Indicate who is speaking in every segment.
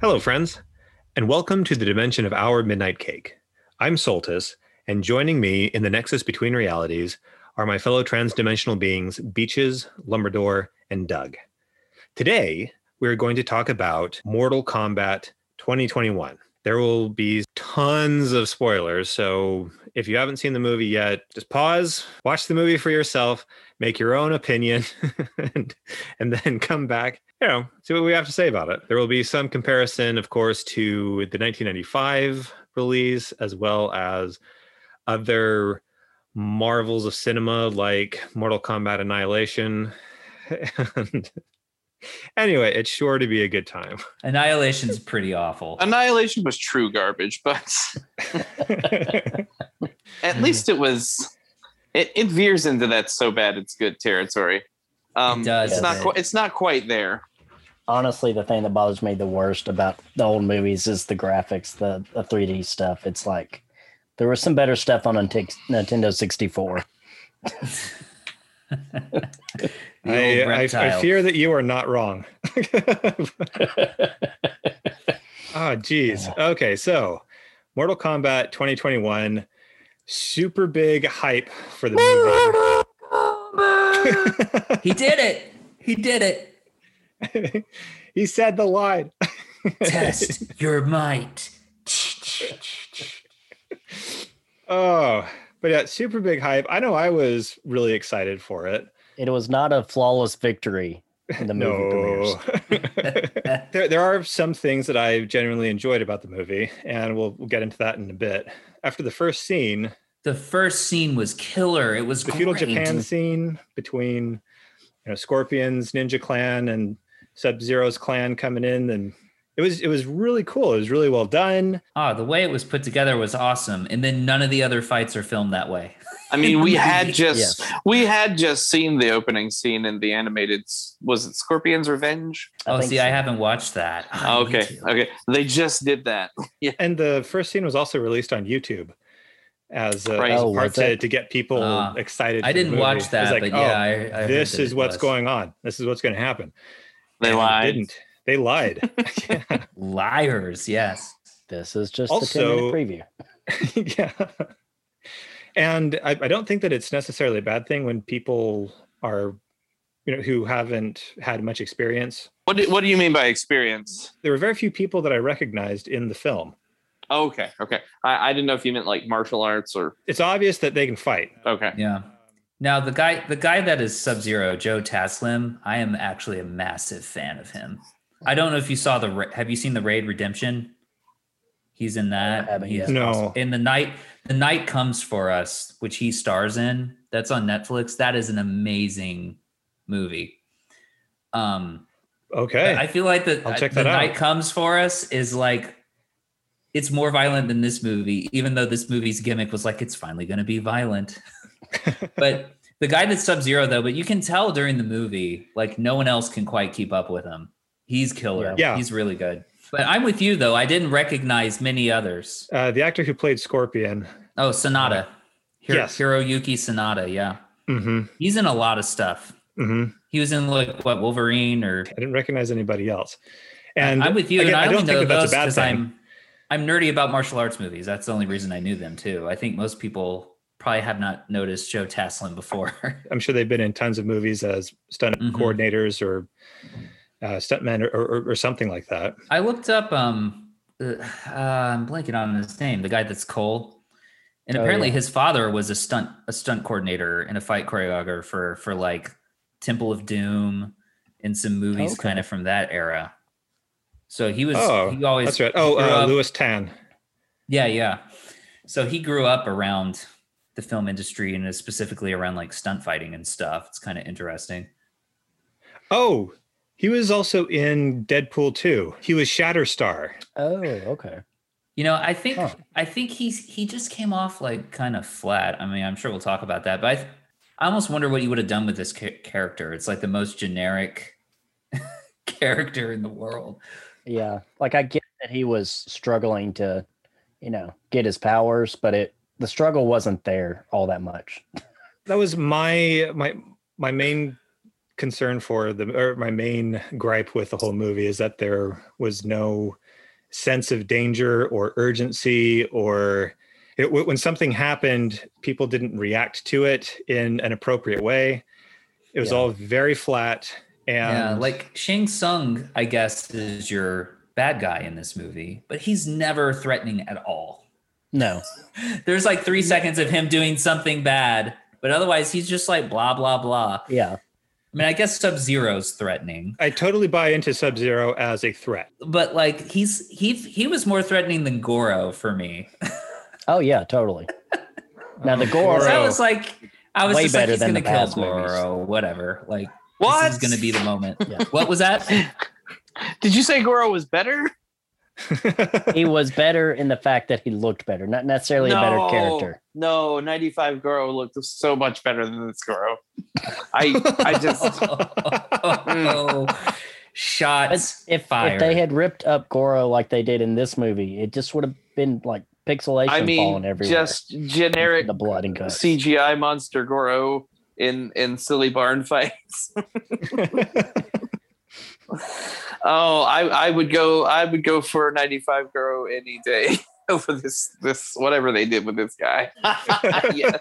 Speaker 1: Hello, friends, and welcome to the dimension of our midnight cake. I'm Soltis, and joining me in the nexus between realities are my fellow transdimensional beings, Beaches, Lumberdor, and Doug. Today, we're going to talk about Mortal Kombat 2021. There will be tons of spoilers, so if you haven't seen the movie yet, just pause, watch the movie for yourself, make your own opinion, and, and then come back you know, see what we have to say about it. There will be some comparison, of course, to the 1995 release, as well as other marvels of cinema like Mortal Kombat Annihilation. and anyway, it's sure to be a good time.
Speaker 2: Annihilation's pretty awful.
Speaker 3: Annihilation was true garbage, but at least it was. It, it veers into that so bad it's good territory. Um,
Speaker 2: It does,
Speaker 3: It's not.
Speaker 2: doesn't
Speaker 3: Qu-
Speaker 2: it?
Speaker 3: it's not quite there.
Speaker 4: honestly the thing that bothers me the worst about the old movies is the graphics the, the 3d stuff it's like there was some better stuff on Ninte- nintendo 64
Speaker 2: The
Speaker 1: I, I,
Speaker 2: old
Speaker 1: I
Speaker 2: reptile.
Speaker 1: fear that you are not wrong. Ah, geez. Okay, so Mortal Kombat 2021, super big hype for the movie.
Speaker 2: He did it. He did it.
Speaker 1: he said the line.
Speaker 2: Test your might.
Speaker 1: Oh, but yeah, super big hype. I know I was really excited for it.
Speaker 4: it was not a flawless victory in the movie premieres
Speaker 1: No. there, there are some things that I genuinely enjoyed about the movie, and we'll, we'll get into that in a bit. After the first scene,
Speaker 2: The first scene was killer. It was
Speaker 1: the feudal
Speaker 2: great.
Speaker 1: Japan scene between you know Scorpion's Ninja Clan and Sub Zero's clan coming in, and it was it was really cool. It was really well done.
Speaker 2: Ah, the way it was put together was awesome. And then none of the other fights are filmed that way.
Speaker 3: I mean, we had just
Speaker 4: yes
Speaker 3: we had just seen the opening scene in the animated. s- Was it Scorpion's Revenge?
Speaker 2: oh,
Speaker 4: think
Speaker 2: see,
Speaker 4: so.
Speaker 2: I haven't watched that. Ah, I need
Speaker 3: Okay,
Speaker 2: to.
Speaker 3: okay. They just did that.
Speaker 1: And the first scene was also released on YouTube as a,
Speaker 3: Right.
Speaker 1: as a
Speaker 4: Oh, was
Speaker 1: part to,
Speaker 4: it?
Speaker 1: to get people
Speaker 2: Ah,
Speaker 1: excited.
Speaker 2: I
Speaker 1: for the
Speaker 2: didn't
Speaker 1: movie. It
Speaker 2: watch
Speaker 1: was
Speaker 2: that,
Speaker 1: like,
Speaker 2: but
Speaker 1: oh,
Speaker 2: yeah, I, I heard
Speaker 1: this
Speaker 2: that
Speaker 1: is
Speaker 2: it
Speaker 1: what's
Speaker 2: was.
Speaker 1: going on. This is what's going to happen.
Speaker 3: They
Speaker 1: And
Speaker 3: lied.
Speaker 1: didn't. They lied. yeah.
Speaker 2: Liars, yes.
Speaker 4: this is just
Speaker 1: Also-
Speaker 4: the 10 minute preview
Speaker 1: yeah. And I, I don't think that it's necessarily a bad thing when people are, you know, who haven't had much experience.
Speaker 3: What do, What do you mean by experience?
Speaker 1: There were very few people that I recognized in the film.
Speaker 3: Okay, okay. I, I didn't know if you meant like martial arts or
Speaker 1: It's obvious that they can fight.
Speaker 3: okay.
Speaker 2: Yeah. Now the guy, the guy that is Sub Zero, Joe Taslim, I am actually a massive fan of him. I don't know if you saw the. Ra- Have you seen the Raid Redemption? He's in that.
Speaker 4: I haven't
Speaker 2: He is
Speaker 1: yet. No.
Speaker 2: awesome. In the night, the night comes for us, which he stars in. That's on Netflix. That is an amazing movie. Um,
Speaker 1: Okay.
Speaker 2: but I feel like the uh,
Speaker 1: I'll check
Speaker 2: the
Speaker 1: that out.
Speaker 2: night comes for us is like it's more violent than this movie, even though this movie's gimmick was like it's finally going to be violent. but the guy that's Sub Zero though, but you can tell during the movie like no one else can quite keep up with him. He's killer.
Speaker 1: Yeah.
Speaker 2: he's really good. But I'm with you though. I didn't recognize many others.
Speaker 1: uh, the actor who played Scorpion.
Speaker 2: Oh, Sonata. Hiro,
Speaker 1: Yes.
Speaker 2: Hiroyuki Sonata. Yeah,
Speaker 1: hmm
Speaker 2: he's in a lot of stuff.
Speaker 1: hmm
Speaker 2: He was in like what Wolverine or
Speaker 1: I didn't recognize anybody else. And
Speaker 2: I'm with you,
Speaker 1: again,
Speaker 2: and I,
Speaker 1: I
Speaker 2: only
Speaker 1: don't think
Speaker 2: know
Speaker 1: that that's
Speaker 2: those
Speaker 1: a bad
Speaker 2: because
Speaker 1: thing.
Speaker 2: I'm I'm nerdy about martial arts movies. That's the only reason I knew them too. I think most people probably have not noticed Joe Taslim before.
Speaker 1: I'm sure they've been in tons of movies as stunt
Speaker 2: Mhm.
Speaker 1: coordinators or uh, stuntmen or, or, or something like that.
Speaker 2: I looked up um uh, I'm blanking on his name, the guy that's Cole. And
Speaker 4: Oh,
Speaker 2: apparently
Speaker 4: yeah.
Speaker 2: his father was a stunt a stunt coordinator and a fight choreographer for for like Temple of Doom and some movies
Speaker 4: Okay.
Speaker 2: kind of from that era. So he was
Speaker 1: Oh,
Speaker 2: he always
Speaker 1: That's right. Oh,
Speaker 2: grew
Speaker 1: uh,
Speaker 2: up-
Speaker 1: Louis Tan.
Speaker 2: Yeah, yeah. So he grew up around the film industry and is specifically around like stunt fighting and stuff. It's kind of interesting.
Speaker 1: Oh, he was also in Deadpool 2. He was Shatterstar.
Speaker 4: oh okay
Speaker 2: You know, I think
Speaker 4: Huh.
Speaker 2: I think he's he just came off like kind of flat. I mean, I'm sure we'll talk about that, but I, th- I almost wonder what you would have done with this cha- character. It's like the most generic character in the world.
Speaker 4: yeah like i get that he was struggling to, you know, get his powers, but it the struggle wasn't there all that much.
Speaker 1: that was my my my main concern for the or my main gripe with the whole movie is that there was no sense of danger or urgency or it, w- when something happened people didn't react to it in an appropriate way it was
Speaker 4: Yeah.
Speaker 1: all very flat and
Speaker 2: yeah, like Shang Tsung, I guess, is your bad guy in this movie, but he's never threatening at all.
Speaker 4: No,
Speaker 2: There's like three seconds of him doing something bad, but otherwise he's just like blah blah blah.
Speaker 4: yeah,
Speaker 2: I mean, I guess Sub Zero's threatening,
Speaker 1: i totally buy into sub-zero as a threat
Speaker 2: but like he's he he was more threatening than Goro for me.
Speaker 4: oh yeah, totally. Now the gore-
Speaker 2: I
Speaker 1: Goro.
Speaker 2: was like, I was
Speaker 4: Way
Speaker 2: just like,
Speaker 4: better
Speaker 2: he's
Speaker 4: than
Speaker 2: gonna
Speaker 4: the
Speaker 2: kill
Speaker 4: past movies.
Speaker 2: Goro, whatever. Like
Speaker 3: What?
Speaker 2: this is gonna be the moment.
Speaker 4: Yeah.
Speaker 2: What was that?
Speaker 3: Did you say Goro was better?
Speaker 4: He was better in the fact that he looked better, not necessarily a better character.
Speaker 3: No, 95 Goro looked so much better than this Goro. I I just
Speaker 2: oh,
Speaker 4: Hmm. But
Speaker 2: shots
Speaker 4: if
Speaker 2: fired.
Speaker 4: if they had ripped up Goro like they did in this movie, it just would have been like pixelation
Speaker 3: I
Speaker 4: falling
Speaker 3: mean
Speaker 4: everywhere.
Speaker 3: just generic
Speaker 4: the blood and guts.
Speaker 3: CGI monster Goro in in silly barn fights. oh, I I would go I would go for 95 Goro any day over this this whatever they did with this guy. yes.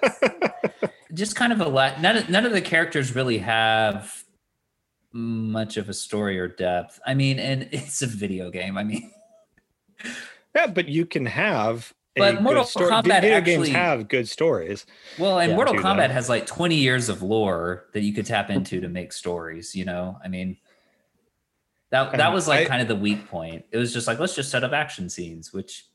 Speaker 2: just kind of a lot. None of, none of the characters really have much of a story or depth. I mean, and it's a video game. I mean,
Speaker 1: yeah but you can have a
Speaker 2: But
Speaker 1: good
Speaker 2: Mortal
Speaker 1: story.
Speaker 2: Kombat
Speaker 1: video
Speaker 2: actually-
Speaker 1: games have good stories
Speaker 2: well, and
Speaker 4: Yeah,
Speaker 2: Mortal
Speaker 1: do that.
Speaker 2: Kombat has like 20 years of lore that you could tap into to make stories, you know? I mean, that, that
Speaker 1: And
Speaker 2: was
Speaker 1: I-
Speaker 2: like kind of the weak point. It was just like, let's just set up action scenes, which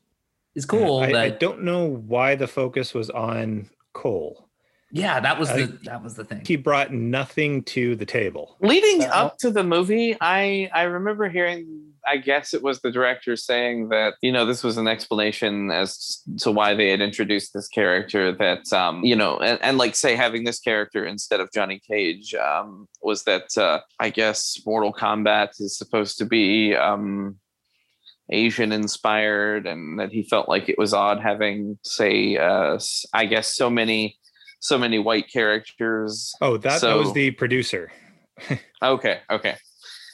Speaker 2: is cool.
Speaker 1: I- I,
Speaker 2: but
Speaker 1: don't know why the focus was on cole
Speaker 2: yeah, that was
Speaker 1: I-
Speaker 2: the, that was the thing.
Speaker 1: he brought nothing to the table
Speaker 3: Leading
Speaker 4: Uh-huh.
Speaker 3: up to the movie, I I remember hearing. I guess it was the director saying that you know this was an explanation as to why they had introduced this character. That um, you know, and, and like say having this character instead of Johnny Cage um, was that uh, I guess Mortal Kombat is supposed to be um, Asian inspired, and that he felt like it was odd having say uh, s- I guess so many so many white characters
Speaker 1: oh that, that
Speaker 3: So-
Speaker 1: was the producer
Speaker 3: Okay, okay.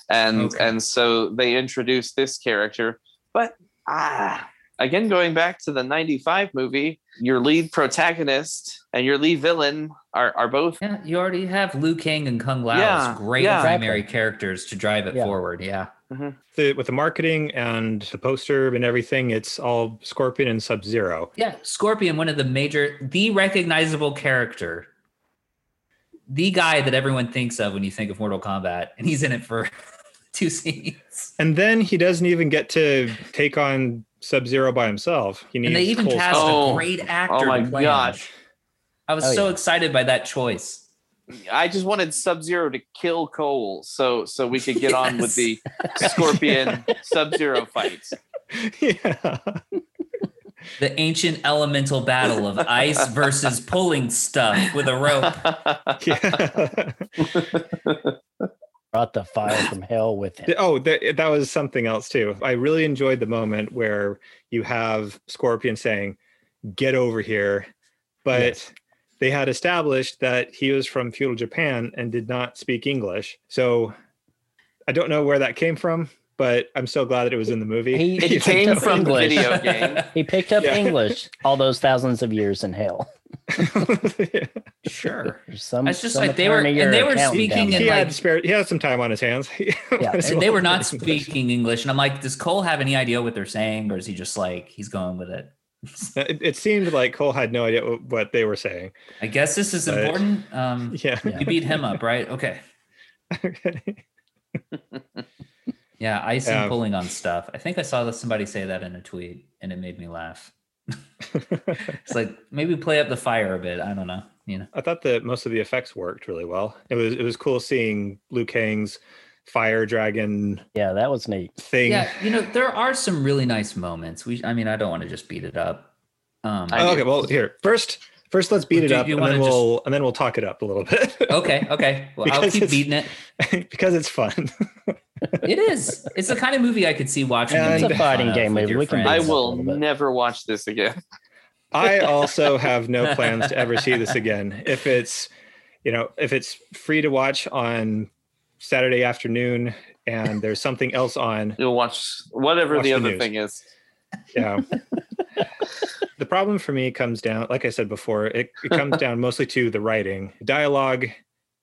Speaker 3: And
Speaker 2: Okay.
Speaker 3: and so they introduced this character, but ah, again going back to the 95 movie, your lead protagonist and your lead villain are are both
Speaker 2: Yeah, you already have Liu Kang and Kung Lao
Speaker 3: Yeah,
Speaker 2: as great
Speaker 3: yeah.
Speaker 2: primary characters to drive it
Speaker 4: Yeah.
Speaker 2: forward. Yeah.
Speaker 1: the, with the marketing and the poster and everything, it's all Scorpion and Sub Zero.
Speaker 2: Yeah. Scorpion, one of the major, the recognizable character, the guy that everyone thinks of when you think of Mortal Kombat, and he's in it for two scenes.
Speaker 1: And then he doesn't even get to take on Sub Zero by himself. He needs
Speaker 2: And they even
Speaker 1: Cole
Speaker 2: cast
Speaker 3: Oh,
Speaker 2: a great actor.
Speaker 3: oh my
Speaker 2: to play him.
Speaker 3: gosh.
Speaker 2: I was
Speaker 4: Oh,
Speaker 2: so
Speaker 4: yeah.
Speaker 2: excited by that choice.
Speaker 3: I just wanted Sub-Zero to kill Cole so so we could get on with the
Speaker 2: Yes.
Speaker 3: Scorpion Sub-Zero fights.
Speaker 1: yeah.
Speaker 2: The ancient elemental battle of ice versus pulling stuff with a rope.
Speaker 1: yeah.
Speaker 4: Brought the fire from hell with him.
Speaker 1: oh, that, that was something else too. I really enjoyed the moment where you have Scorpion saying, "Get over here," but they had established that he was from feudal Japan and did not speak English. So I don't know where that came from, but I'm so glad that it was in the movie.
Speaker 4: He-
Speaker 1: You
Speaker 3: It
Speaker 1: know?
Speaker 3: came from the
Speaker 4: English.
Speaker 3: video game.
Speaker 4: He picked up
Speaker 1: Yeah.
Speaker 4: English all those thousands of years in hell.
Speaker 2: Sure.
Speaker 4: There's Some,
Speaker 2: It's just
Speaker 4: some
Speaker 2: like they were-
Speaker 4: attorney
Speaker 2: and
Speaker 4: or
Speaker 2: they were
Speaker 4: accountant down
Speaker 2: speaking
Speaker 4: there.
Speaker 2: in-
Speaker 1: he
Speaker 2: like-
Speaker 1: had spare, he had some time on his hands. He might as
Speaker 2: And they
Speaker 1: well
Speaker 2: were not
Speaker 1: learn English.
Speaker 2: speaking English. And I'm like, does Cole have any idea what they're saying? Or is he just like, he's going with it?
Speaker 1: No, It, it seemed like Cole had no idea what- what they were saying.
Speaker 2: I guess this is
Speaker 1: Right.
Speaker 2: important. Um,
Speaker 1: Yeah.
Speaker 4: Yeah.
Speaker 2: You beat him up, right? Okay. Yeah, ice and
Speaker 1: Yeah.
Speaker 2: pulling on stuff. I think I saw that somebody say that in a tweet and it made me laugh. It's like, maybe play up the fire a bit. I don't know. You know,
Speaker 1: I thought that most of the effects worked really well. It was it was cool seeing Liu Kang's fire dragon
Speaker 4: Yeah, that was neat.
Speaker 1: thing.
Speaker 2: yeah, you know, there are some really nice moments. We, I mean, I don't want to just beat it up. Um,
Speaker 3: I-
Speaker 1: Oh, okay, well here first first let's beat it
Speaker 2: Do
Speaker 1: up
Speaker 2: you
Speaker 1: and
Speaker 2: wanna
Speaker 1: then
Speaker 2: just- Oh.
Speaker 1: we'll and then we'll talk it up a little bit
Speaker 2: okay, okay. Well, I'll
Speaker 1: Because
Speaker 2: keep
Speaker 1: it's-
Speaker 2: beating it.
Speaker 1: because it's fun.
Speaker 2: It is. It's the kind of movie I could see watching.
Speaker 1: Yeah,
Speaker 2: and
Speaker 1: it's a
Speaker 2: making fun
Speaker 4: fighting
Speaker 2: of
Speaker 4: game
Speaker 2: with
Speaker 4: movie.
Speaker 2: your
Speaker 4: We can do
Speaker 2: friends.
Speaker 3: I
Speaker 4: It's a
Speaker 3: will
Speaker 4: little bit.
Speaker 3: never watch this again.
Speaker 1: I also have no plans to ever see this again. If it's, you know, if it's free to watch on Saturday afternoon and there's something else on,
Speaker 3: You'll watch whatever
Speaker 1: Watch
Speaker 3: the
Speaker 1: the
Speaker 3: other
Speaker 1: news.
Speaker 3: thing is.
Speaker 1: yeah. the problem for me comes down, like I said before, it, it comes down mostly to the writing. Dialogue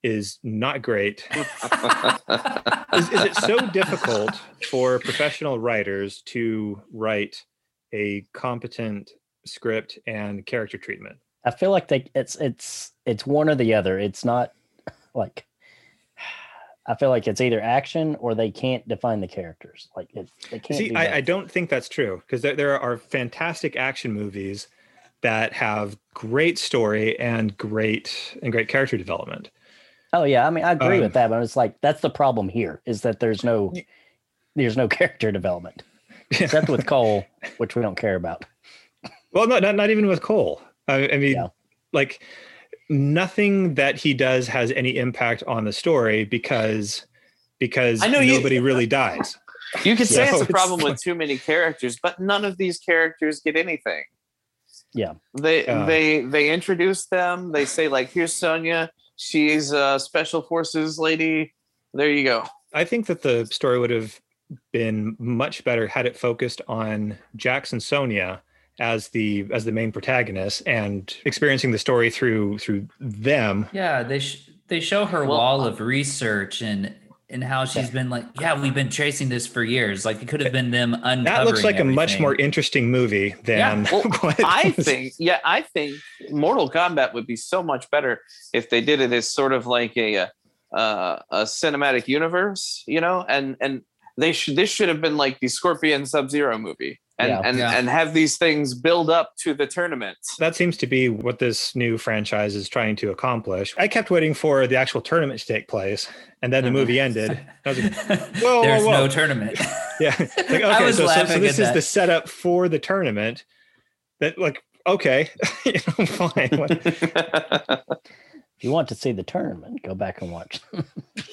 Speaker 1: is not great. Is, is it so difficult for professional writers to write a competent script and character treatment?
Speaker 4: I feel like they it's it's it's one or the other. It's not like I feel like it's either action or they can't define the characters. Like it, they can't.
Speaker 1: See,
Speaker 4: do
Speaker 1: I, I
Speaker 4: that.
Speaker 1: don't think that's true because there, there are fantastic action movies that have great story and great and great character development.
Speaker 4: Oh yeah, I mean I agree
Speaker 1: Um,
Speaker 4: with that, but it's like that's the problem here is that there's no
Speaker 1: Y-
Speaker 4: there's no character development except with Cole, which we don't care about.
Speaker 1: well, no, not not even with Cole. I, I mean,
Speaker 4: Yeah.
Speaker 1: like nothing that he does has any impact on the story because because
Speaker 3: I know you-
Speaker 1: nobody really dies.
Speaker 3: You could say
Speaker 1: Yeah.
Speaker 3: it's
Speaker 1: So
Speaker 3: a
Speaker 1: it's
Speaker 3: problem with too many characters, but none of these characters get anything.
Speaker 4: Yeah.
Speaker 3: They
Speaker 1: Yeah.
Speaker 3: they they introduce them. They say like, "Here's Sonya. She's a special forces lady." There you go.
Speaker 1: I think that the story would have been much better had it focused on Jackson Sonia as the as the main protagonist and experiencing the story through through them.
Speaker 2: Yeah, they sh- they show her
Speaker 3: Well,
Speaker 1: uh
Speaker 2: wall of research and and how she's been like, yeah, we've been tracing this for years. Like it could have been them uncovering.
Speaker 1: That looks like a much
Speaker 2: everything.
Speaker 1: more interesting movie than
Speaker 3: Well,
Speaker 1: what
Speaker 3: I
Speaker 1: was-
Speaker 3: think, yeah, I think Mortal Kombat would be so much better if they did it as sort of like a uh, a, cinematic universe, you know, and and they should this should have been like the Scorpion Sub Zero movie, and
Speaker 4: Yeah.
Speaker 3: and
Speaker 2: Yeah.
Speaker 3: and have these things build up to the tournament.
Speaker 1: that seems to be what this new franchise is trying to accomplish. I kept waiting for the actual tournament to take place, and then the
Speaker 2: Uh-huh.
Speaker 1: movie ended. I was like, whoa,
Speaker 2: There's
Speaker 1: whoa.
Speaker 2: no tournament.
Speaker 1: yeah, Like, okay,
Speaker 2: I was
Speaker 1: so, so, so
Speaker 2: laughing
Speaker 1: this
Speaker 2: at
Speaker 1: is
Speaker 2: that.
Speaker 1: the setup for the tournament. That like okay, You know, fine, What-
Speaker 4: If you want to see the tournament, go back and watch.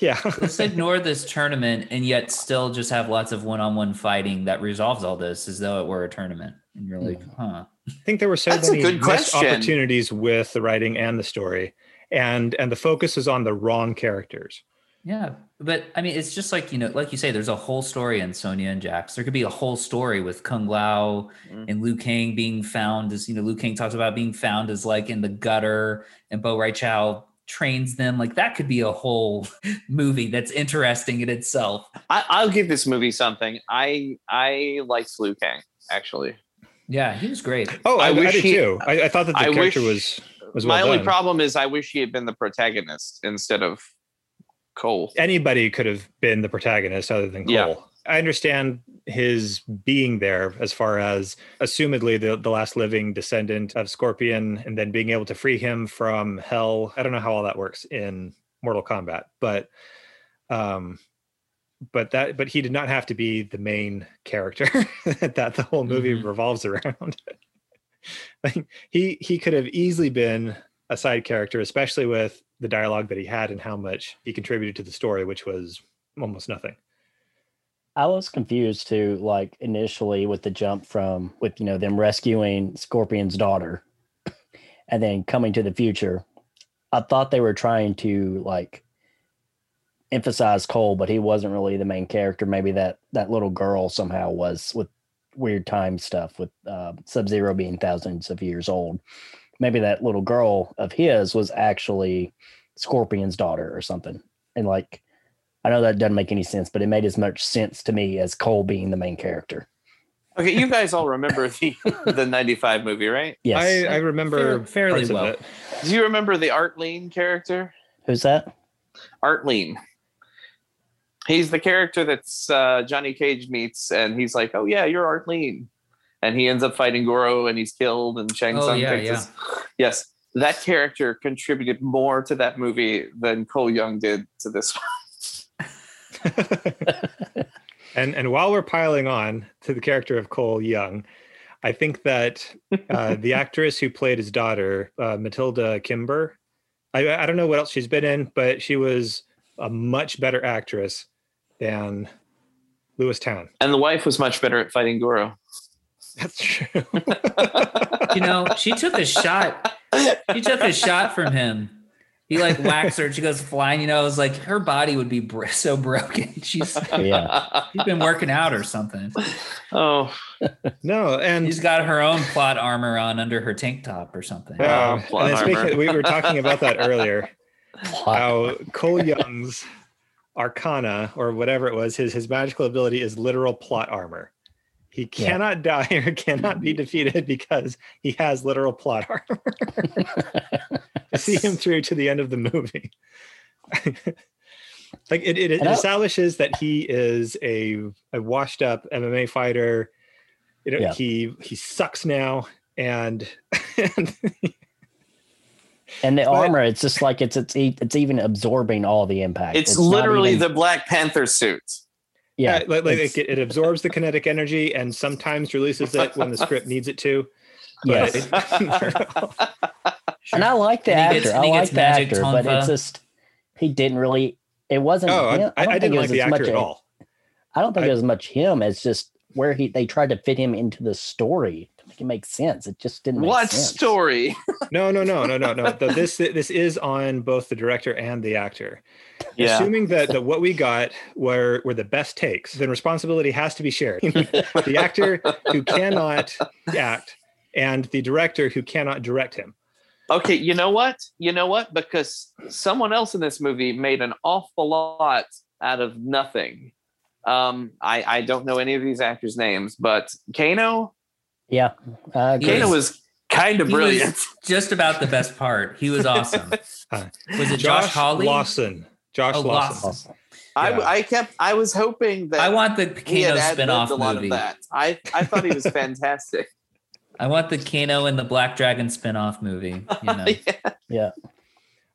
Speaker 1: yeah.
Speaker 2: Let's ignore this tournament and yet still just have lots of one-on-one fighting that resolves all this as though it were a tournament. And you're like, huh.
Speaker 1: I think there were so
Speaker 3: That's a
Speaker 1: many
Speaker 3: good
Speaker 1: missed
Speaker 3: question.
Speaker 1: opportunities with the writing and the story, and and the focus is on the wrong characters.
Speaker 2: Yeah. But I mean, it's just like, you know, like you say, there's a whole story in Sonya and Jax. There could be a whole story with Kung Lao
Speaker 3: Mm.
Speaker 2: and Liu Kang being found as, you know, Liu Kang talks about being found as like in the gutter and Bo Rai Chow trains them. Like that could be a whole movie that's interesting in itself.
Speaker 3: I, I'll give this movie something. I I liked Liu Kang actually.
Speaker 2: Yeah. He was great.
Speaker 1: Oh, I,
Speaker 3: I
Speaker 1: I,
Speaker 3: wish
Speaker 1: did
Speaker 3: he-
Speaker 1: too. I, I thought that the
Speaker 3: I
Speaker 1: character
Speaker 3: wish-
Speaker 1: was was
Speaker 3: My
Speaker 1: well
Speaker 3: only
Speaker 1: done.
Speaker 3: problem is I wish he had been the protagonist instead of Cole.
Speaker 1: anybody could have been the protagonist other than Cole.
Speaker 3: Yeah.
Speaker 1: I understand his being there as far as assumedly the, the last living descendant of Scorpion and then being able to free him from hell. I don't know how all that works in Mortal Kombat, but um but that but he did not have to be the main character that the whole movie
Speaker 2: Mhm.
Speaker 1: revolves around. like he he could have easily been a side character, especially with the dialogue that he had and how much he contributed to the story, which was almost nothing.
Speaker 4: I was confused too, like initially with the jump from with you know them rescuing Scorpion's daughter and then coming to the future. I thought they were trying to like emphasize Cole, but he wasn't really the main character. Maybe that that little girl somehow was with weird time stuff with uh, Sub Zero being thousands of years old. Maybe that little girl of his was actually Scorpion's daughter or something. And like I know that doesn't make any sense, but it made as much sense to me as Cole being the main character.
Speaker 3: Okay, you guys all remember the the '95 movie, right?
Speaker 4: Yes.
Speaker 1: I, I remember
Speaker 2: Fair- fairly
Speaker 1: parts of
Speaker 2: well.
Speaker 1: it.
Speaker 3: Do you remember the Art Lean character?
Speaker 4: Who's that?
Speaker 3: Art Lean. He's the character that's uh, Johnny Cage meets, and he's like, "Oh yeah, you're Art Lean," and he ends up fighting Goro, and he's killed, and Shang
Speaker 2: Oh,
Speaker 3: Tsung
Speaker 2: yeah,
Speaker 3: takes his- Yes, that character contributed more to that movie than Cole Young did to this one.
Speaker 1: And and while we're piling on to the character of Cole Young, I think that uh, the actress who played his daughter, uh, Matilda Kimber, I, I don't know what else she's been in, but she was a much better actress than Lewistown.
Speaker 3: And the wife was much better at fighting Goro.
Speaker 1: That's true.
Speaker 2: You know, she took a shot. She took a shot from him. He like whacks her. and She goes flying. You know, it was like her body would be br- so broken. She's
Speaker 4: Yeah.
Speaker 2: she's been working out or something.
Speaker 3: oh,
Speaker 1: no, and
Speaker 2: She's got her own plot armor on under her tank top or something.
Speaker 1: Yeah.
Speaker 3: Oh, plot
Speaker 1: uh, and then
Speaker 3: armor.
Speaker 1: speaking, we were talking about that earlier.
Speaker 4: Plot.
Speaker 1: how Cole Young's arcana or whatever it was, his his magical ability is literal plot armor. He
Speaker 4: Yeah.
Speaker 1: cannot die or cannot be defeated because he has literal plot armor. to see him through to the end of the movie. like it, it, it
Speaker 4: And I-
Speaker 1: establishes that he is a, a washed up MMA fighter. You know,
Speaker 4: Yeah.
Speaker 1: he he sucks now and, and
Speaker 4: And the
Speaker 1: But-
Speaker 4: armor, it's just like it's it's e- it's even absorbing all the impact.
Speaker 3: it's,
Speaker 4: not
Speaker 3: literally
Speaker 4: even-
Speaker 3: the Black Panther suit.
Speaker 1: Yeah,
Speaker 4: yeah.
Speaker 1: Uh, like, like
Speaker 4: it's-
Speaker 1: it, it absorbs the kinetic energy and sometimes releases it when the script needs it to.
Speaker 4: yes.
Speaker 1: But it-
Speaker 4: And I like the
Speaker 2: And he
Speaker 4: actor.
Speaker 2: gets-
Speaker 4: I
Speaker 2: and he
Speaker 4: like
Speaker 2: gets
Speaker 4: the
Speaker 2: magic
Speaker 4: actor, but
Speaker 2: tonfa.
Speaker 4: it's just he didn't really. It wasn't.
Speaker 1: oh,
Speaker 4: him.
Speaker 1: I, I,
Speaker 4: don't think
Speaker 1: didn't
Speaker 4: it
Speaker 1: like
Speaker 4: was
Speaker 1: the
Speaker 4: as much
Speaker 1: actor at
Speaker 4: a-
Speaker 1: all.
Speaker 4: I don't think
Speaker 1: I-
Speaker 4: it was much him. It's just where he they tried to fit him into the story to make it make sense. It just didn't. Make
Speaker 3: What
Speaker 4: sense.
Speaker 3: story?
Speaker 1: No, no, no, no, no, no. Though this this is on both the director and the actor. Assuming that, that what we got were were the best takes, then responsibility has to be shared. the actor who cannot act and the director who cannot direct him.
Speaker 3: Okay, you know what? You know what? Because someone else in this movie made an awful lot out of nothing. Um, I, I don't know any of these actors' names, but Kano,
Speaker 4: Yeah. I agree.
Speaker 3: Kano
Speaker 2: was-
Speaker 3: was kind of
Speaker 2: He was-
Speaker 3: brilliant.
Speaker 2: Just about the best part. He was awesome.
Speaker 1: Huh.
Speaker 2: Was it Josh, Hawley?
Speaker 1: Lawson. Josh
Speaker 2: Oh,
Speaker 1: Lawson.
Speaker 2: Lawson.
Speaker 4: Awesome.
Speaker 1: Yeah.
Speaker 3: I, I kept I was hoping that
Speaker 2: I want the
Speaker 3: he had
Speaker 2: Kano
Speaker 3: ad-libbed
Speaker 2: spin-off
Speaker 3: a lot
Speaker 2: movie.
Speaker 3: of that. I, I thought he was fantastic.
Speaker 2: I want the Kano and the Black Dragon spin-off movie. You know.
Speaker 4: Yeah.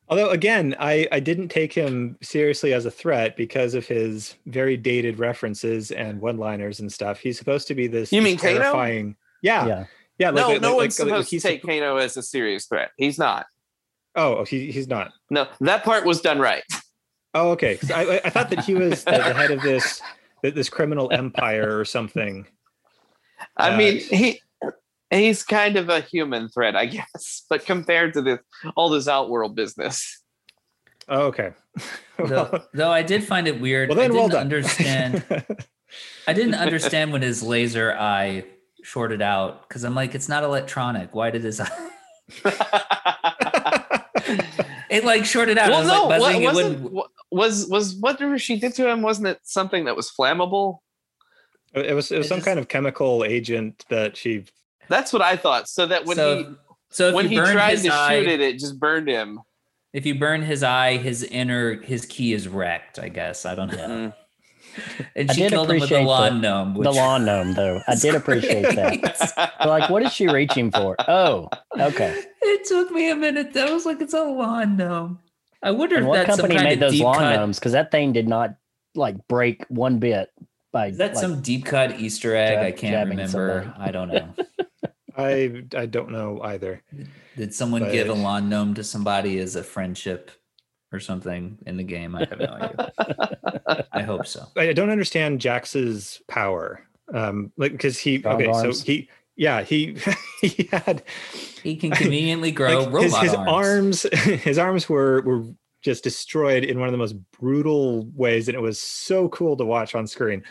Speaker 1: Although again, I, I didn't take him seriously as a threat because of his very dated references and one-liners and stuff. He's supposed to be this.
Speaker 3: You
Speaker 1: this
Speaker 3: mean Kano?
Speaker 1: terrifying? Yeah,
Speaker 4: Yeah.
Speaker 1: yeah.
Speaker 3: no, no one's
Speaker 1: like-
Speaker 3: supposed
Speaker 1: he's
Speaker 3: to take Kano as a serious threat. He's not.
Speaker 1: Oh, he, he's not.
Speaker 3: No, that part was done right.
Speaker 1: Oh, okay. 'Cause I, I- I thought that he was the, the head of this th- this criminal empire or something.
Speaker 3: I
Speaker 1: Uh,
Speaker 3: mean, he he's kind of a human threat, I guess, but compared to this all this outworld business.
Speaker 1: Oh, okay.
Speaker 2: Though,
Speaker 1: well,
Speaker 2: though I did find it weird.
Speaker 1: then,
Speaker 2: I didn't
Speaker 1: well done.
Speaker 2: understand. I didn't understand when his laser eye shorted out because I'm like, it's not electronic. Why did his eye? It like shorted out. I
Speaker 3: well,
Speaker 2: was
Speaker 3: no,
Speaker 2: like
Speaker 3: what,
Speaker 2: buzzing. It
Speaker 3: wasn't,
Speaker 2: wouldn't.
Speaker 3: wa- was was whatever she did to him? Wasn't it something that was flammable?
Speaker 1: it was it was
Speaker 2: I
Speaker 1: some
Speaker 2: just-
Speaker 1: kind of chemical agent that she.
Speaker 3: That's what I thought. So that when
Speaker 2: so, so
Speaker 3: he
Speaker 2: if
Speaker 3: when
Speaker 2: you
Speaker 3: he
Speaker 2: burn
Speaker 3: tried
Speaker 2: his
Speaker 3: to
Speaker 2: eye,
Speaker 3: shoot it, it just burned him.
Speaker 2: if you burn his eye, his inner his key is wrecked. I guess I don't know.
Speaker 3: Mm.
Speaker 2: And
Speaker 4: I
Speaker 2: she
Speaker 4: did
Speaker 2: killed him with a
Speaker 4: appreciate the-
Speaker 2: lawn gnome.
Speaker 4: the
Speaker 2: which-
Speaker 4: lawn gnome though. I did appreciate that. But, like, what is she reaching for? Oh, okay.
Speaker 2: It took me a minute. That was like it's a lawn gnome. I wonder
Speaker 4: And
Speaker 2: if
Speaker 4: what
Speaker 2: that's some
Speaker 4: company
Speaker 2: kind
Speaker 4: made
Speaker 2: of
Speaker 4: those
Speaker 2: deep
Speaker 4: lawn
Speaker 2: cut.
Speaker 4: gnomes? Because that thing did not like break one bit. By
Speaker 2: Is that
Speaker 4: like,
Speaker 2: some deep cut Easter egg?
Speaker 4: jab-
Speaker 2: I can't
Speaker 4: jabbing
Speaker 2: remember.
Speaker 4: somebody.
Speaker 2: I don't know.
Speaker 1: I I don't know either.
Speaker 2: Did someone
Speaker 1: But-
Speaker 2: give a lawn gnome to somebody as a friendship or something in the game? I have no idea. I hope so.
Speaker 1: I I don't understand Jax's power. Um, like because he
Speaker 4: Strong
Speaker 1: okay,
Speaker 4: arms.
Speaker 1: so he yeah he he had
Speaker 2: He can conveniently grow
Speaker 1: like,
Speaker 2: robot
Speaker 1: his, his
Speaker 2: arms.
Speaker 1: his arms were were just destroyed in one of the most brutal ways, and it was so cool to watch on screen.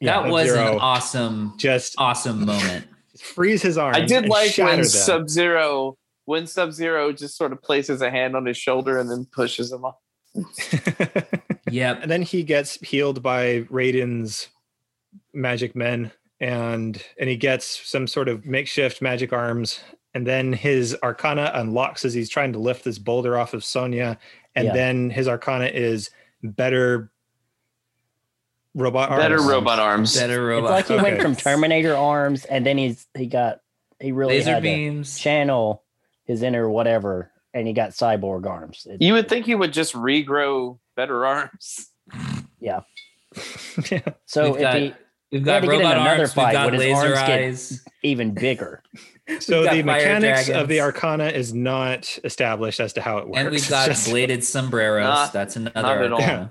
Speaker 4: Yeah,
Speaker 2: that was
Speaker 1: Sub-Zero.
Speaker 2: an awesome,
Speaker 1: Just
Speaker 2: awesome moment.
Speaker 1: freeze his arms.
Speaker 3: I did
Speaker 1: and
Speaker 3: like
Speaker 1: shatter
Speaker 3: when
Speaker 1: them.
Speaker 3: Sub Zero when Sub Zero just sort of places a hand on his shoulder and then pushes him off.
Speaker 2: Yep.
Speaker 1: and then he gets healed by Raiden's magic men, and and he gets some sort of makeshift magic arms, and then his arcana unlocks as he's trying to lift this boulder off of Sonya, and
Speaker 4: Yeah.
Speaker 1: then his arcana is better robot arms.
Speaker 3: Better robot arms.
Speaker 2: Better
Speaker 4: It's
Speaker 2: robot.
Speaker 4: like he went
Speaker 1: Okay.
Speaker 4: from Terminator arms, and then he's he got he really
Speaker 2: laser
Speaker 4: had to
Speaker 2: beams.
Speaker 4: channel his inner whatever, and he got cyborg arms. It-
Speaker 3: You would think he would just regrow better arms.
Speaker 1: yeah.
Speaker 4: so
Speaker 2: We've
Speaker 4: if
Speaker 2: got-
Speaker 4: he
Speaker 2: We've
Speaker 4: He had
Speaker 2: got
Speaker 4: to get in
Speaker 2: robot
Speaker 4: another
Speaker 2: arms.
Speaker 4: fight.
Speaker 2: We've got
Speaker 4: Would his
Speaker 2: laser
Speaker 4: arms get-
Speaker 2: eyes.
Speaker 4: even bigger,
Speaker 1: So
Speaker 2: got
Speaker 1: the
Speaker 2: fire
Speaker 1: mechanics of the
Speaker 2: dragons.
Speaker 1: arcana is not established as to how it works.
Speaker 2: And we've
Speaker 1: It's
Speaker 2: got
Speaker 1: just-
Speaker 2: bladed sombreros.
Speaker 3: Not-
Speaker 2: That's another.
Speaker 3: not at all.
Speaker 2: arcana.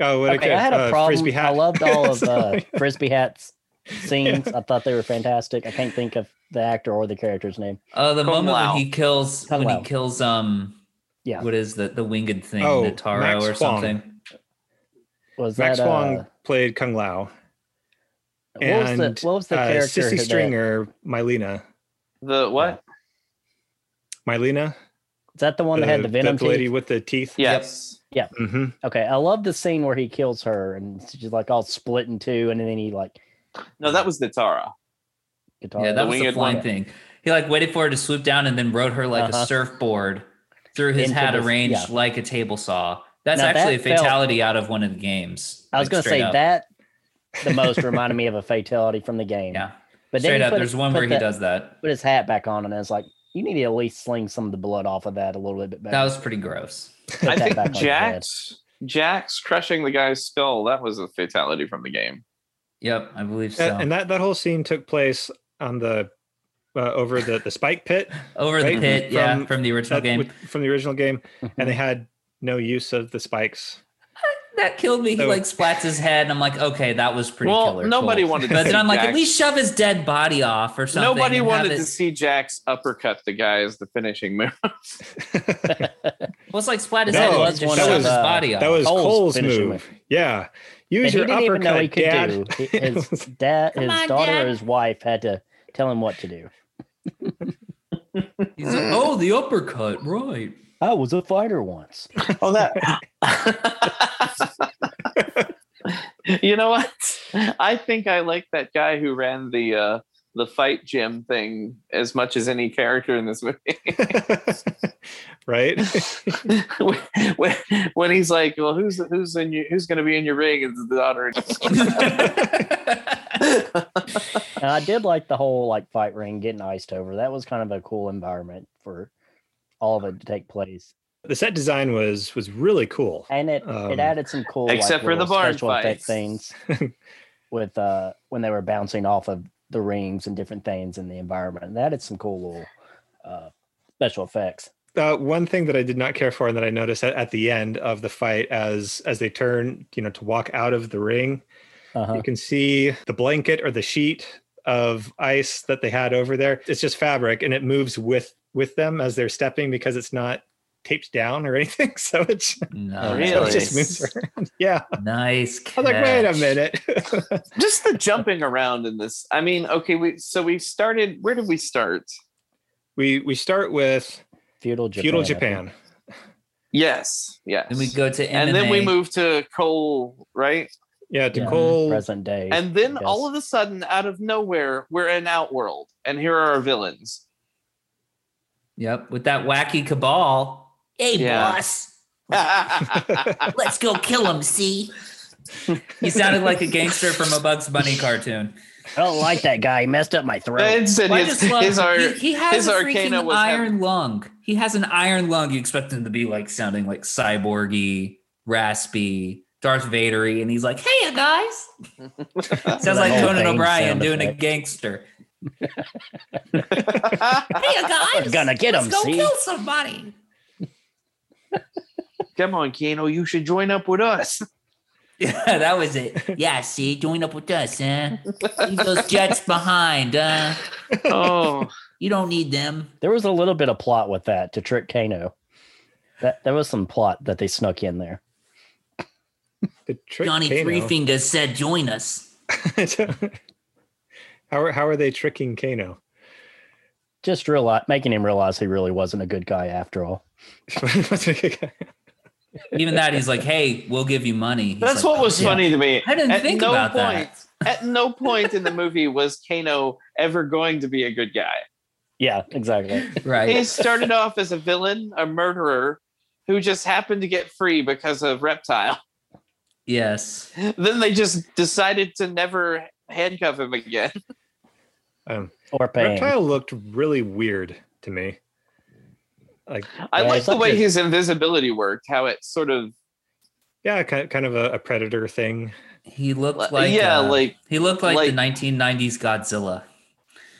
Speaker 1: Oh, what a
Speaker 4: Okay,
Speaker 1: good,
Speaker 4: I had
Speaker 1: uh,
Speaker 4: a problem.
Speaker 1: Frisbee
Speaker 4: I
Speaker 1: hat.
Speaker 4: loved all of
Speaker 1: So,
Speaker 4: uh,
Speaker 1: yeah.
Speaker 4: frisbee hats scenes. I thought they were fantastic. I can't think of the actor or the character's name.
Speaker 2: Oh, the
Speaker 3: Kung
Speaker 2: moment
Speaker 3: Lao.
Speaker 2: when he kills
Speaker 4: Kung
Speaker 2: when
Speaker 4: Lao.
Speaker 2: he kills um
Speaker 4: Yeah.
Speaker 2: what is the the winged thing,
Speaker 1: Oh,
Speaker 2: the Taro
Speaker 1: Max
Speaker 2: or
Speaker 1: Huang.
Speaker 2: something.
Speaker 4: Was
Speaker 1: Max
Speaker 4: that
Speaker 1: Wong
Speaker 4: uh,
Speaker 1: played Kung Lao.
Speaker 4: what was
Speaker 1: and,
Speaker 4: the what was the
Speaker 1: uh,
Speaker 4: character?
Speaker 1: Sissy
Speaker 4: that-
Speaker 1: Stringer, Mylena.
Speaker 3: The what?
Speaker 1: Mylena?
Speaker 4: Is that the one that had the venom
Speaker 1: the lady
Speaker 4: teeth?
Speaker 1: with the teeth.
Speaker 3: Yes.
Speaker 1: Mm-hmm.
Speaker 4: Okay, I love the scene where he kills her and she's like all split in two, and then he like
Speaker 3: No, that was the Tara.
Speaker 4: guitar.
Speaker 2: yeah, that was the
Speaker 3: winged
Speaker 2: flying
Speaker 3: one.
Speaker 2: thing. He like waited for her to swoop down and then rode her like
Speaker 4: Uh-huh.
Speaker 2: a surfboard through his
Speaker 4: Into
Speaker 2: hat
Speaker 4: this-
Speaker 2: arranged
Speaker 4: yeah.
Speaker 2: like a table saw. That's
Speaker 4: Now,
Speaker 2: actually
Speaker 4: that
Speaker 2: a
Speaker 4: felt-
Speaker 2: fatality out of one of the games.
Speaker 4: I was
Speaker 2: like,
Speaker 4: gonna
Speaker 2: straight
Speaker 4: say
Speaker 2: up.
Speaker 4: that the most reminded me of a fatality from the game.
Speaker 2: Yeah.
Speaker 4: but then
Speaker 2: straight
Speaker 4: he
Speaker 2: up,
Speaker 4: put-
Speaker 2: there's one
Speaker 4: put
Speaker 2: where he
Speaker 4: that-
Speaker 2: does that.
Speaker 4: put his hat back on, and I was like, you need to at least sling some of the blood off of that a little bit better.
Speaker 2: That was pretty gross.
Speaker 4: Put
Speaker 3: I
Speaker 4: that
Speaker 3: think
Speaker 4: back on his head.
Speaker 3: Jax. Jax crushing the guy's skull. That was a fatality from the game.
Speaker 2: Yep, I believe so.
Speaker 1: And- And that, that whole scene took place on the uh, over the, the spike pit
Speaker 2: Over
Speaker 1: right,
Speaker 2: the pit, yeah,
Speaker 1: from-
Speaker 2: from the original
Speaker 1: that-
Speaker 2: game.
Speaker 1: with- from the original game,
Speaker 4: Mhm.
Speaker 1: and they had no use of the spikes.
Speaker 2: that killed me. He
Speaker 1: So-
Speaker 2: like splats his head, and I'm like, okay, that was pretty
Speaker 3: well,
Speaker 2: killer.
Speaker 3: nobody
Speaker 2: cool.
Speaker 3: wanted. To
Speaker 2: But
Speaker 3: see
Speaker 2: then I'm like,
Speaker 3: Jax.
Speaker 2: at least shove his dead body off or something.
Speaker 3: nobody
Speaker 2: and
Speaker 3: wanted
Speaker 2: have
Speaker 3: to
Speaker 2: it-
Speaker 3: see Jax uppercut the guy as the finishing move.
Speaker 2: Well, it's like splat his
Speaker 1: No,
Speaker 2: head
Speaker 1: that
Speaker 2: and
Speaker 1: was
Speaker 2: just
Speaker 1: one
Speaker 2: shove
Speaker 1: of,
Speaker 2: his
Speaker 4: uh,
Speaker 2: body off.
Speaker 1: That was
Speaker 4: Cole's
Speaker 1: Cole's,
Speaker 4: finishing
Speaker 1: move. Yeah,
Speaker 4: And
Speaker 1: use
Speaker 4: he
Speaker 1: your
Speaker 4: didn't even know
Speaker 1: uppercut,
Speaker 4: he could
Speaker 1: Dad.
Speaker 4: do. His dad, his
Speaker 2: on,
Speaker 4: daughter,
Speaker 2: Dad.
Speaker 4: or his wife had to tell him what to do.
Speaker 2: He's like, oh, the uppercut, right?
Speaker 4: I was a fighter once.
Speaker 3: Oh, that. you know what? I think I like that guy who ran the uh, the fight gym thing as much as any character in this movie.
Speaker 1: right?
Speaker 3: when, when, when he's like, "Well, who's who's in your, who's going to be in your ring?" It's the daughter.
Speaker 4: Now, I did like the whole like fight ring getting iced over. That was kind of a cool environment for all of it to take place,
Speaker 1: The set design was was really cool.
Speaker 4: and it
Speaker 1: Um,
Speaker 4: it added some cool like,
Speaker 3: except for the
Speaker 4: little
Speaker 3: barn
Speaker 4: special effect
Speaker 3: fights.
Speaker 4: things with uh when they were bouncing off of the rings and different things in the environment. And that added some cool little uh, special effects.
Speaker 1: Uh, one thing that I did not care for, and that I noticed at, at the end of the fight, as as they turn, you know, to walk out of the ring,
Speaker 4: Uh-huh.
Speaker 1: you can see the blanket or the sheet of ice that they had over there. It's just fabric, and it moves with with them as they're stepping because it's not taped down or anything. So it's
Speaker 2: No,
Speaker 1: So
Speaker 3: Really?
Speaker 1: it just moves around. Yeah.
Speaker 2: Nice.
Speaker 1: I was like, wait a
Speaker 2: catch.
Speaker 1: minute.
Speaker 3: Just the jumping around in this. I mean, okay, we so we started. Where did we start?
Speaker 1: we we start with
Speaker 4: Feudal Japan.
Speaker 1: feudal
Speaker 4: I think.
Speaker 1: Japan.
Speaker 3: Yes, yes.
Speaker 2: Then we go to MMA.
Speaker 3: and then we move to Cole, right?
Speaker 1: Yeah, to
Speaker 4: Yeah.
Speaker 1: Cole.
Speaker 4: present day.
Speaker 3: And then
Speaker 4: I
Speaker 3: all of a sudden, out of nowhere, we're in Outworld, and here are our villains.
Speaker 2: Yep, with that wacky cabal. Hey,
Speaker 3: Yeah.
Speaker 2: boss, let's go kill him. See, he sounded like a gangster from a Bugs Bunny cartoon.
Speaker 4: guess. I don't like that guy. He messed up my throat.
Speaker 3: Vince and
Speaker 2: Well, I
Speaker 3: his,
Speaker 2: just love-
Speaker 3: his ar-
Speaker 2: he, he has
Speaker 3: his
Speaker 2: a
Speaker 3: arcana
Speaker 2: freaking
Speaker 3: was heavy.
Speaker 2: iron lung. He has an iron lung. You expect him to be like sounding like cyborgy, raspy, Darth Vadery, and he's like, "Hey, you guys!" Sounds like
Speaker 4: whole
Speaker 2: Conan
Speaker 4: thing
Speaker 2: O'Brien
Speaker 4: sound
Speaker 2: doing a
Speaker 4: effect.
Speaker 2: gangster. Hey, you guys!
Speaker 4: We're gonna get
Speaker 2: let's
Speaker 4: him,
Speaker 2: Go
Speaker 4: see?
Speaker 2: kill somebody.
Speaker 3: Come on, Kano, you should join up with us.
Speaker 2: Yeah, that was it. Yeah, see, join up with us, huh? Leave those jets behind. Uh,
Speaker 3: Oh,
Speaker 2: you don't need them.
Speaker 4: There was a little bit of plot with that to trick Kano. That there was some plot that they snuck in there.
Speaker 1: The trick
Speaker 2: Johnny
Speaker 1: Kano.
Speaker 2: Three Fingers said, "Join us."
Speaker 1: how are how are they tricking Kano?
Speaker 4: Just realize making him realize he really wasn't a good guy after all.
Speaker 2: Even that, he's like, "Hey, we'll give you money." He's
Speaker 3: that's
Speaker 2: like,
Speaker 3: what was
Speaker 2: "Oh, yeah."
Speaker 3: funny to me.
Speaker 2: I didn't
Speaker 3: At
Speaker 2: think
Speaker 3: no
Speaker 2: about
Speaker 3: point,
Speaker 2: that.
Speaker 3: at no point in the movie was Kano ever going to be a good guy.
Speaker 4: Yeah, exactly.
Speaker 3: He
Speaker 2: Right.
Speaker 3: started off as a villain, a murderer, who just happened to get free because of Reptile.
Speaker 2: yes.
Speaker 3: Then they just decided to never handcuff him again.
Speaker 1: um,
Speaker 4: Or paying.
Speaker 1: Reptile looked really weird to me. Like
Speaker 3: I
Speaker 4: Yeah,
Speaker 3: like
Speaker 4: it's
Speaker 3: the
Speaker 4: not
Speaker 3: way
Speaker 4: good.
Speaker 3: his invisibility worked, how it sort of
Speaker 1: yeah, kind kind of a, a predator thing.
Speaker 2: He
Speaker 3: Li-
Speaker 2: looked like
Speaker 3: yeah,
Speaker 2: uh,
Speaker 3: like-
Speaker 2: he looked like,
Speaker 3: like-
Speaker 2: the 1990s Godzilla.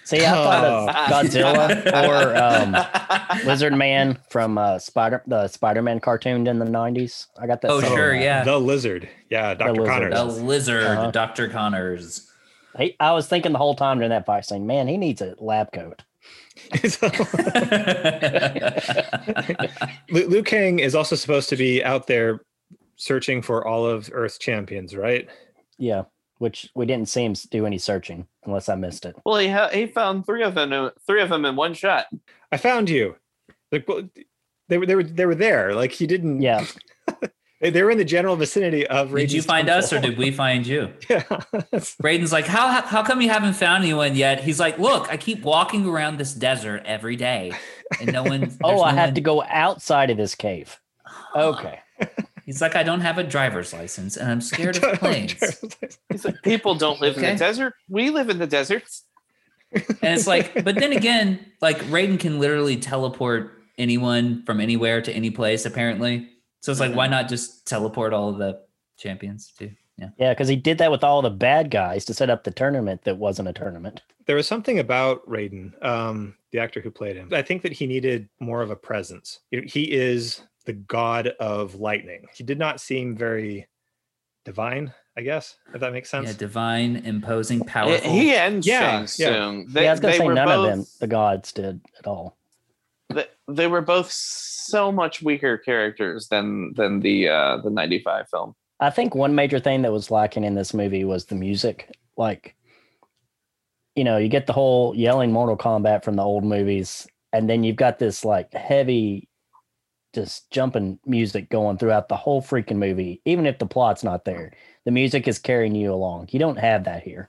Speaker 4: See, I thought
Speaker 2: Oh.
Speaker 4: of Godzilla or um, Lizard Man from uh, Spider the Spider Man cartoon in the nineties. I got that.
Speaker 2: Oh,
Speaker 4: song.
Speaker 2: sure, yeah.
Speaker 1: uh, The lizard. Yeah, Dr.
Speaker 4: lizard.
Speaker 1: Connors.
Speaker 2: The lizard,
Speaker 4: Uh-huh.
Speaker 2: Dr. Connors.
Speaker 4: He, I was thinking the whole time during that fight scene, man, he needs a lab coat.
Speaker 1: So-
Speaker 2: Oh.
Speaker 1: Lu Liu Kang is also supposed to be out there searching for all of Earth's champions, right?
Speaker 4: Yeah, which we didn't see him do any searching unless I missed it.
Speaker 3: well, he, ha- he found three of them, in- three of them in one shot.
Speaker 1: I found you. Like, well, they were they were they were there. Like he didn't.
Speaker 4: Yeah,
Speaker 1: They, they were in the general vicinity of.
Speaker 2: did you
Speaker 1: Raiden's
Speaker 2: find us or
Speaker 1: temple.
Speaker 2: did we find you?
Speaker 1: Yeah.
Speaker 2: Braden's like, how, how how come you haven't found anyone yet? He's like, look, I keep walking around this desert every day, and no one.
Speaker 4: oh,
Speaker 2: there's Oh.
Speaker 4: I
Speaker 2: no
Speaker 4: have
Speaker 2: one-
Speaker 4: to go outside of this cave. Okay.
Speaker 2: He's like, I don't have a driver's license, and I'm scared of planes.
Speaker 3: He's like, people don't live in
Speaker 2: Okay.
Speaker 3: the desert. We live in the desert.
Speaker 2: And it's like, but then again, like Raiden can literally teleport anyone from anywhere to any place, apparently. So it's like, why not just teleport all of the champions too? Yeah.
Speaker 4: Yeah, because he did that with all the bad guys to set up the tournament that wasn't a tournament.
Speaker 1: there was something about Raiden, um, the actor who played him. I think that he needed more of a presence. You know, He is the god of lightning. He did not seem very divine, I guess, if that makes sense.
Speaker 2: Yeah, divine, imposing,
Speaker 3: He-
Speaker 2: powerful.
Speaker 3: He and
Speaker 1: Yeah,
Speaker 3: yeah,
Speaker 1: yeah.
Speaker 3: Shang Tsung, They,
Speaker 4: yeah, I was gonna
Speaker 3: they
Speaker 4: say
Speaker 3: were
Speaker 4: none
Speaker 3: both,
Speaker 4: of them, the gods, did at all.
Speaker 3: th- they were both so much weaker characters than than the uh, the '95 film.
Speaker 4: I think one major thing that was lacking in this movie was the music. Like, you know, you get the whole yelling Mortal Kombat from the old movies, and then you've got this like heavy, just jumping music going throughout the whole freaking movie. Even if the plot's not there, the music is carrying you along. You don't have that here.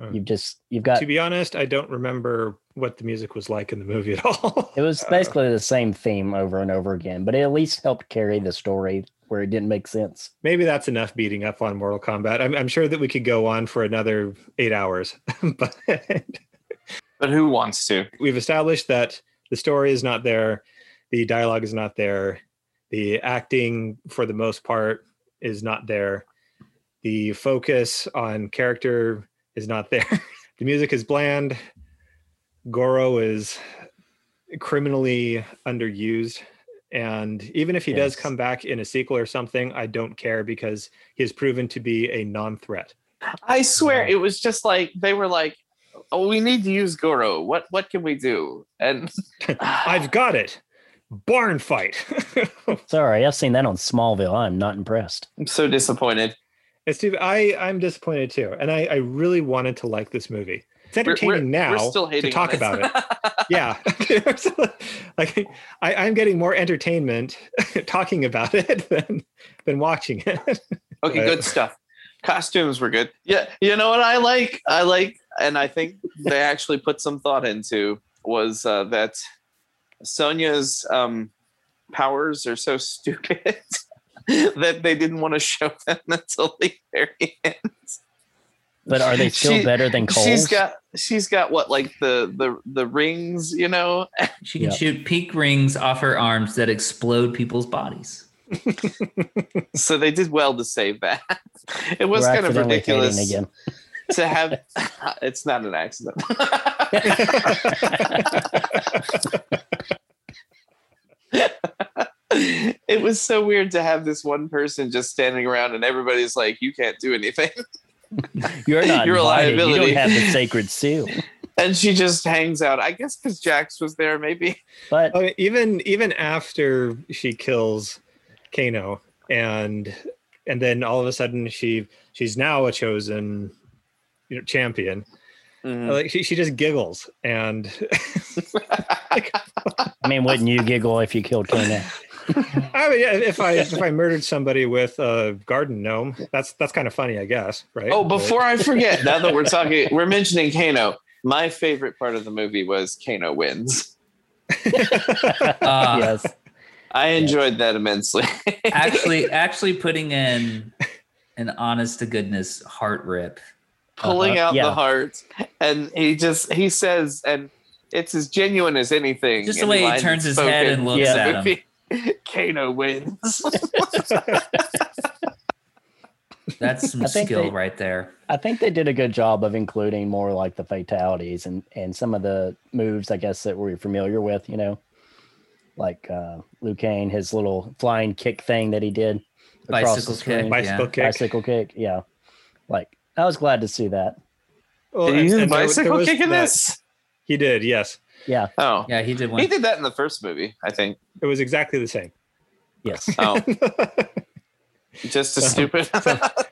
Speaker 1: Mm.
Speaker 4: You've just you've got
Speaker 1: to be honest, I don't remember what the music was like in the movie at all.
Speaker 4: it was
Speaker 1: Uh,
Speaker 4: basically the same theme over and over again, but it at least helped carry the story where it didn't make sense.
Speaker 1: maybe that's enough beating up on Mortal Kombat. I'm, I'm sure that we could go on for another eight hours, but
Speaker 3: But who wants to?
Speaker 1: we've established that the story is not there, the dialogue is not there, the acting for the most part is not there, the focus on character is not there. the music is bland. Goro is criminally underused. And even if he does
Speaker 4: Yes.
Speaker 1: come back in a sequel or something, I don't care because he has proven to be a non threat.
Speaker 3: I swear, it was just like they were like, "Oh, we need to use Goro. What what can we do?" And
Speaker 1: I've got it. Barn fight.
Speaker 4: Sorry, I've seen that on Smallville. I'm not impressed.
Speaker 3: I'm so disappointed.
Speaker 1: It's too, I I'm disappointed too, and I I really wanted to like this movie. It's
Speaker 3: We're-
Speaker 1: entertaining
Speaker 3: we're-
Speaker 1: now
Speaker 3: we're still
Speaker 1: to
Speaker 3: hating
Speaker 1: talk
Speaker 3: on it.
Speaker 1: about it. Yeah, like I, I'm getting more entertainment talking about it than than watching it.
Speaker 3: Okay,
Speaker 1: Right.
Speaker 3: good stuff. Costumes were good. Yeah, you know what I like? I like, and I think they actually put some thought into was uh, that Sonya's um, powers are so stupid that they didn't want to show them until the very end.
Speaker 4: But are they still
Speaker 3: She-
Speaker 4: better than Cole's?
Speaker 3: She's got she's got what like the the the rings, you know,
Speaker 2: She can
Speaker 4: Yeah.
Speaker 2: shoot peak rings off her arms that explode people's bodies.
Speaker 3: so they did well to save that. It was
Speaker 4: We're
Speaker 3: kind of
Speaker 4: accidentally hating
Speaker 3: ridiculous
Speaker 4: Again.
Speaker 3: to have. it's not an accident. it was so weird to have this one person just standing around and everybody's like, "You can't do anything,"
Speaker 4: You're not
Speaker 3: Your
Speaker 4: invited. You
Speaker 3: liability.
Speaker 4: don't have the sacred seal.
Speaker 3: and she just hangs out. I guess because Jax was there, maybe.
Speaker 4: But
Speaker 1: I mean, even even after she kills Kano, and and then all of a sudden she she's now a chosen you know, champion.
Speaker 3: Mm.
Speaker 1: Like she she just giggles and.
Speaker 4: I mean, wouldn't you giggle if you killed Kano?
Speaker 1: I mean, yeah, if I if I murdered somebody with a garden gnome, that's that's kind of funny, I guess, right?
Speaker 3: Oh, before I forget, now that we're talking, we're mentioning Kano. My favorite part of the movie was Kano wins.
Speaker 2: Uh,
Speaker 4: yes.
Speaker 3: I enjoyed that immensely.
Speaker 2: actually, actually putting in an honest to goodness heart rip.
Speaker 3: pulling
Speaker 4: Uh-huh.
Speaker 3: out
Speaker 4: Yeah.
Speaker 3: the heart and he just he says and it's as genuine as anything
Speaker 2: Just the
Speaker 3: in
Speaker 2: way he
Speaker 3: lines
Speaker 2: turns his
Speaker 3: spoken.
Speaker 2: head and looks
Speaker 4: Yeah.
Speaker 2: at him.
Speaker 3: Kano wins.
Speaker 2: That's some
Speaker 4: I think
Speaker 2: skill
Speaker 4: they-
Speaker 2: right there.
Speaker 4: I think they did a good job of including more like the fatalities and and some of the moves I guess that we're familiar with, you know, like uh, Liu Kang, his little flying kick thing that he did
Speaker 2: Bicycle kick.
Speaker 1: Bicycle kick.
Speaker 4: bicycle kick. Yeah, like I was glad to see that.
Speaker 1: Well,
Speaker 3: did
Speaker 1: and-
Speaker 3: he use a
Speaker 1: and there- there
Speaker 3: bicycle
Speaker 1: was
Speaker 3: kick in
Speaker 1: that-
Speaker 3: this?
Speaker 1: He did, yes.
Speaker 4: Yeah,
Speaker 3: Oh,
Speaker 2: Yeah, he did one.
Speaker 3: he did that in the first movie, I think.
Speaker 1: It was exactly the same.
Speaker 4: yes,
Speaker 3: Oh, just as stupid.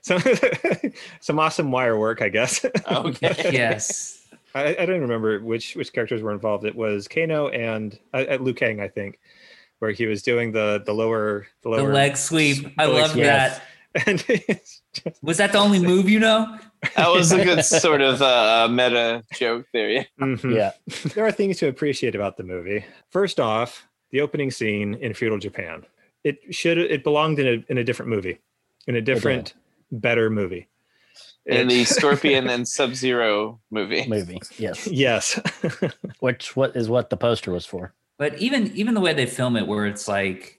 Speaker 1: some, some awesome wire work, I guess.
Speaker 3: okay.
Speaker 2: yes.
Speaker 1: I, I don't remember which which characters were involved. It was Kano and uh, at Liu Kang, I think, where he was doing the the lower the
Speaker 2: The
Speaker 1: lower
Speaker 2: leg sweep. I
Speaker 1: The leg
Speaker 2: love
Speaker 1: sweep.
Speaker 2: that.
Speaker 1: And it's just-
Speaker 2: Was that the only move you know?
Speaker 3: That was a good sort of uh, meta joke there. Yeah.
Speaker 1: Mhm.
Speaker 4: yeah,
Speaker 1: there are things to appreciate about the movie. First off, the opening scene in feudal Japan. It should it belonged in a in a different movie, in a different better movie.
Speaker 3: In the
Speaker 1: It's-
Speaker 3: Scorpion and Sub Zero movie.
Speaker 4: movie. Yes,
Speaker 1: yes,
Speaker 4: which what is what the poster was for.
Speaker 2: But even even the way they film it, where it's like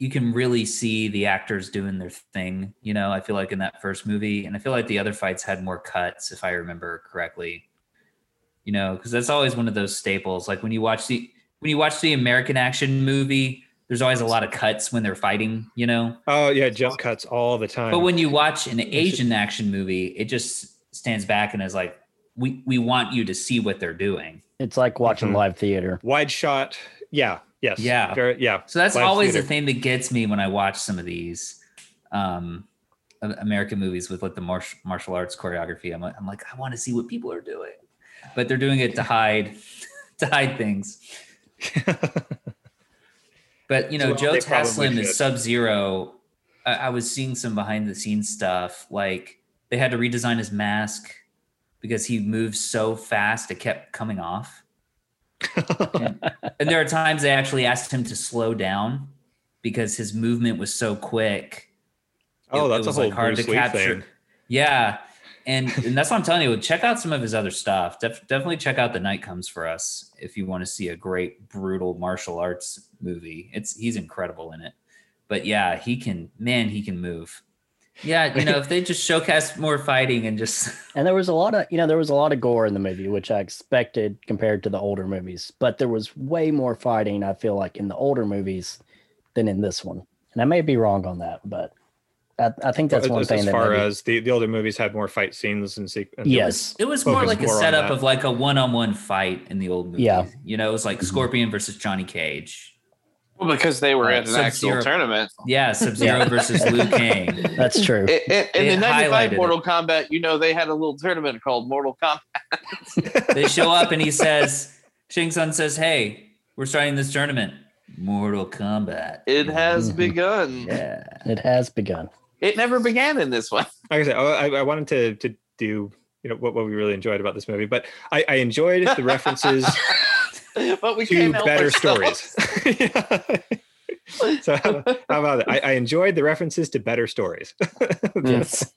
Speaker 2: you can really see the actors doing their thing. You know, I feel like in that first movie, and I feel like the other fights had more cuts, if I remember correctly. You know, because that's always one of those staples. Like when you watch the when you watch the American action movie, there's always a lot of cuts when they're fighting. You know,
Speaker 1: oh yeah, jump cuts all the time.
Speaker 2: But when you watch an Asian action movie, it just stands back and is like, we we want you to see what they're doing.
Speaker 4: It's like watching
Speaker 1: Mhm.
Speaker 4: live theater.
Speaker 1: wide shot, yeah, yes,
Speaker 2: Yeah.
Speaker 1: very, yeah.
Speaker 2: So that's
Speaker 1: Live
Speaker 2: always
Speaker 1: theater.
Speaker 2: the thing that gets me when I watch some of these um, A- American movies with like the martial martial arts choreography. I'm like, I'm like, I want to see what people are doing, but they're doing it to hide to hide things. But you know,
Speaker 1: Well,
Speaker 2: Joe
Speaker 1: they probably
Speaker 2: Taslim
Speaker 1: should.
Speaker 2: is Sub Zero. I, I was seeing some behind the scenes stuff. Like they had to redesign his mask because he moved so fast it kept coming off. and, and there are times they actually asked him to slow down because his movement was so quick.
Speaker 1: Oh,
Speaker 2: it- it
Speaker 1: that's a
Speaker 2: was,
Speaker 1: whole
Speaker 2: like, hard
Speaker 1: Bruce
Speaker 2: to
Speaker 1: Lee
Speaker 2: capture.
Speaker 1: thing.
Speaker 2: Yeah. And, and that's what I'm telling you. Check out some of his other stuff. Def- definitely check out The Night Comes for Us if you want to see a great brutal martial arts movie. It's he's incredible in it. But yeah, he can man, he can move. Yeah, you know, if they just showcase more fighting and just
Speaker 4: And there was a lot of, you know, there was a lot of gore in the movie, which I expected compared to the older movies. But there was way more fighting, I feel like, in the older movies than in this one. And I may be wrong on that, but I, I think that's
Speaker 1: as,
Speaker 4: one
Speaker 1: as-
Speaker 4: thing
Speaker 1: as
Speaker 4: that
Speaker 1: far
Speaker 4: maybe-
Speaker 1: as the, the older movies had more fight scenes and sequences.
Speaker 4: yes,
Speaker 2: it was more
Speaker 1: Focus
Speaker 2: like a
Speaker 1: more on
Speaker 2: setup
Speaker 1: that.
Speaker 2: of like a one-on-one fight in the old movie.
Speaker 4: Yeah.
Speaker 2: You know, it was
Speaker 1: Mm-hmm.
Speaker 2: like Scorpion versus Johnny Cage.
Speaker 3: Well, because they were
Speaker 2: Right,
Speaker 3: at an
Speaker 2: Sub-Zero.
Speaker 3: actual tournament.
Speaker 2: Yeah, Sub-Zero versus Liu Kang.
Speaker 4: that's true.
Speaker 3: I- I- in
Speaker 2: They
Speaker 3: the 95
Speaker 2: highlighted
Speaker 3: Mortal Kombat, you know, they had a little tournament called Mortal Kombat.
Speaker 2: they show up and he says, Shang Sun says, Hey, we're starting this tournament. Mortal Kombat.
Speaker 3: It has
Speaker 4: Mhm.
Speaker 2: Mm-hmm.
Speaker 3: begun.
Speaker 2: Yeah.
Speaker 4: it has begun.
Speaker 3: It never began in this one.
Speaker 1: like I said, oh, I, I wanted to to do you know what, what we really enjoyed about this movie, but I, I enjoyed the references
Speaker 3: but we
Speaker 1: to
Speaker 3: can't help
Speaker 1: better
Speaker 3: ourselves.
Speaker 1: stories. Yeah. So how, how about that? I, I enjoyed the references to better stories. That's-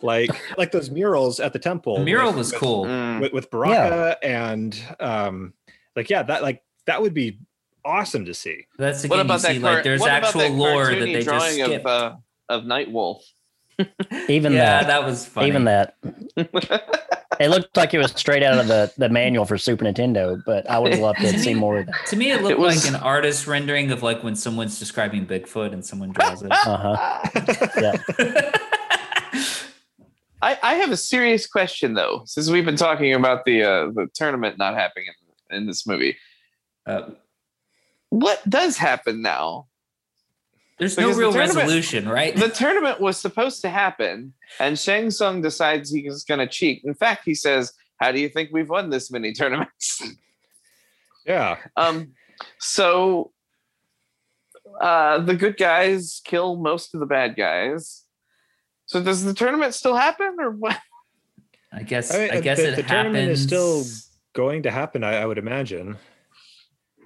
Speaker 1: like like those murals at the temple.
Speaker 2: The mural
Speaker 1: with-
Speaker 2: was
Speaker 1: with-
Speaker 2: cool.
Speaker 3: Mm.
Speaker 1: with, with Baraka and um like yeah that like that would be awesome to see.
Speaker 2: That's again,
Speaker 3: What about
Speaker 2: you
Speaker 3: that?
Speaker 2: see,
Speaker 3: car-
Speaker 2: like there's
Speaker 3: what about
Speaker 2: actual
Speaker 3: that
Speaker 2: lore that
Speaker 3: cartoony
Speaker 2: they just
Speaker 3: drawing
Speaker 2: skip.
Speaker 3: of uh, of Night Wolf.
Speaker 4: Even
Speaker 2: yeah,
Speaker 4: that,
Speaker 2: that was funny.
Speaker 4: even that. it looked like it was straight out of the, the manual for Super Nintendo, but I would have loved to see more of that.
Speaker 2: To me, it looked
Speaker 3: It was-
Speaker 2: like an artist rendering of like when someone's describing Bigfoot and someone draws it.
Speaker 4: Uh huh.
Speaker 3: I, I have a serious question though, since we've been talking about the uh, the tournament not happening in, in this movie.
Speaker 2: Uh,
Speaker 3: What does happen now?
Speaker 2: there's
Speaker 3: Because
Speaker 2: no
Speaker 3: the
Speaker 2: real
Speaker 3: tournament-
Speaker 2: resolution, right?
Speaker 3: The tournament was supposed to happen, and Shang Tsung decides he's going to cheat. In fact, he says, "How do you think we've won this many tournaments?"
Speaker 1: Yeah.
Speaker 3: um, so uh, the good guys kill most of the bad guys. So does the tournament still happen, or what?
Speaker 2: I guess.
Speaker 1: I mean,
Speaker 2: I guess
Speaker 1: the-
Speaker 2: it
Speaker 1: the tournament
Speaker 2: happens.
Speaker 1: is still- Going to happen, I, I would imagine.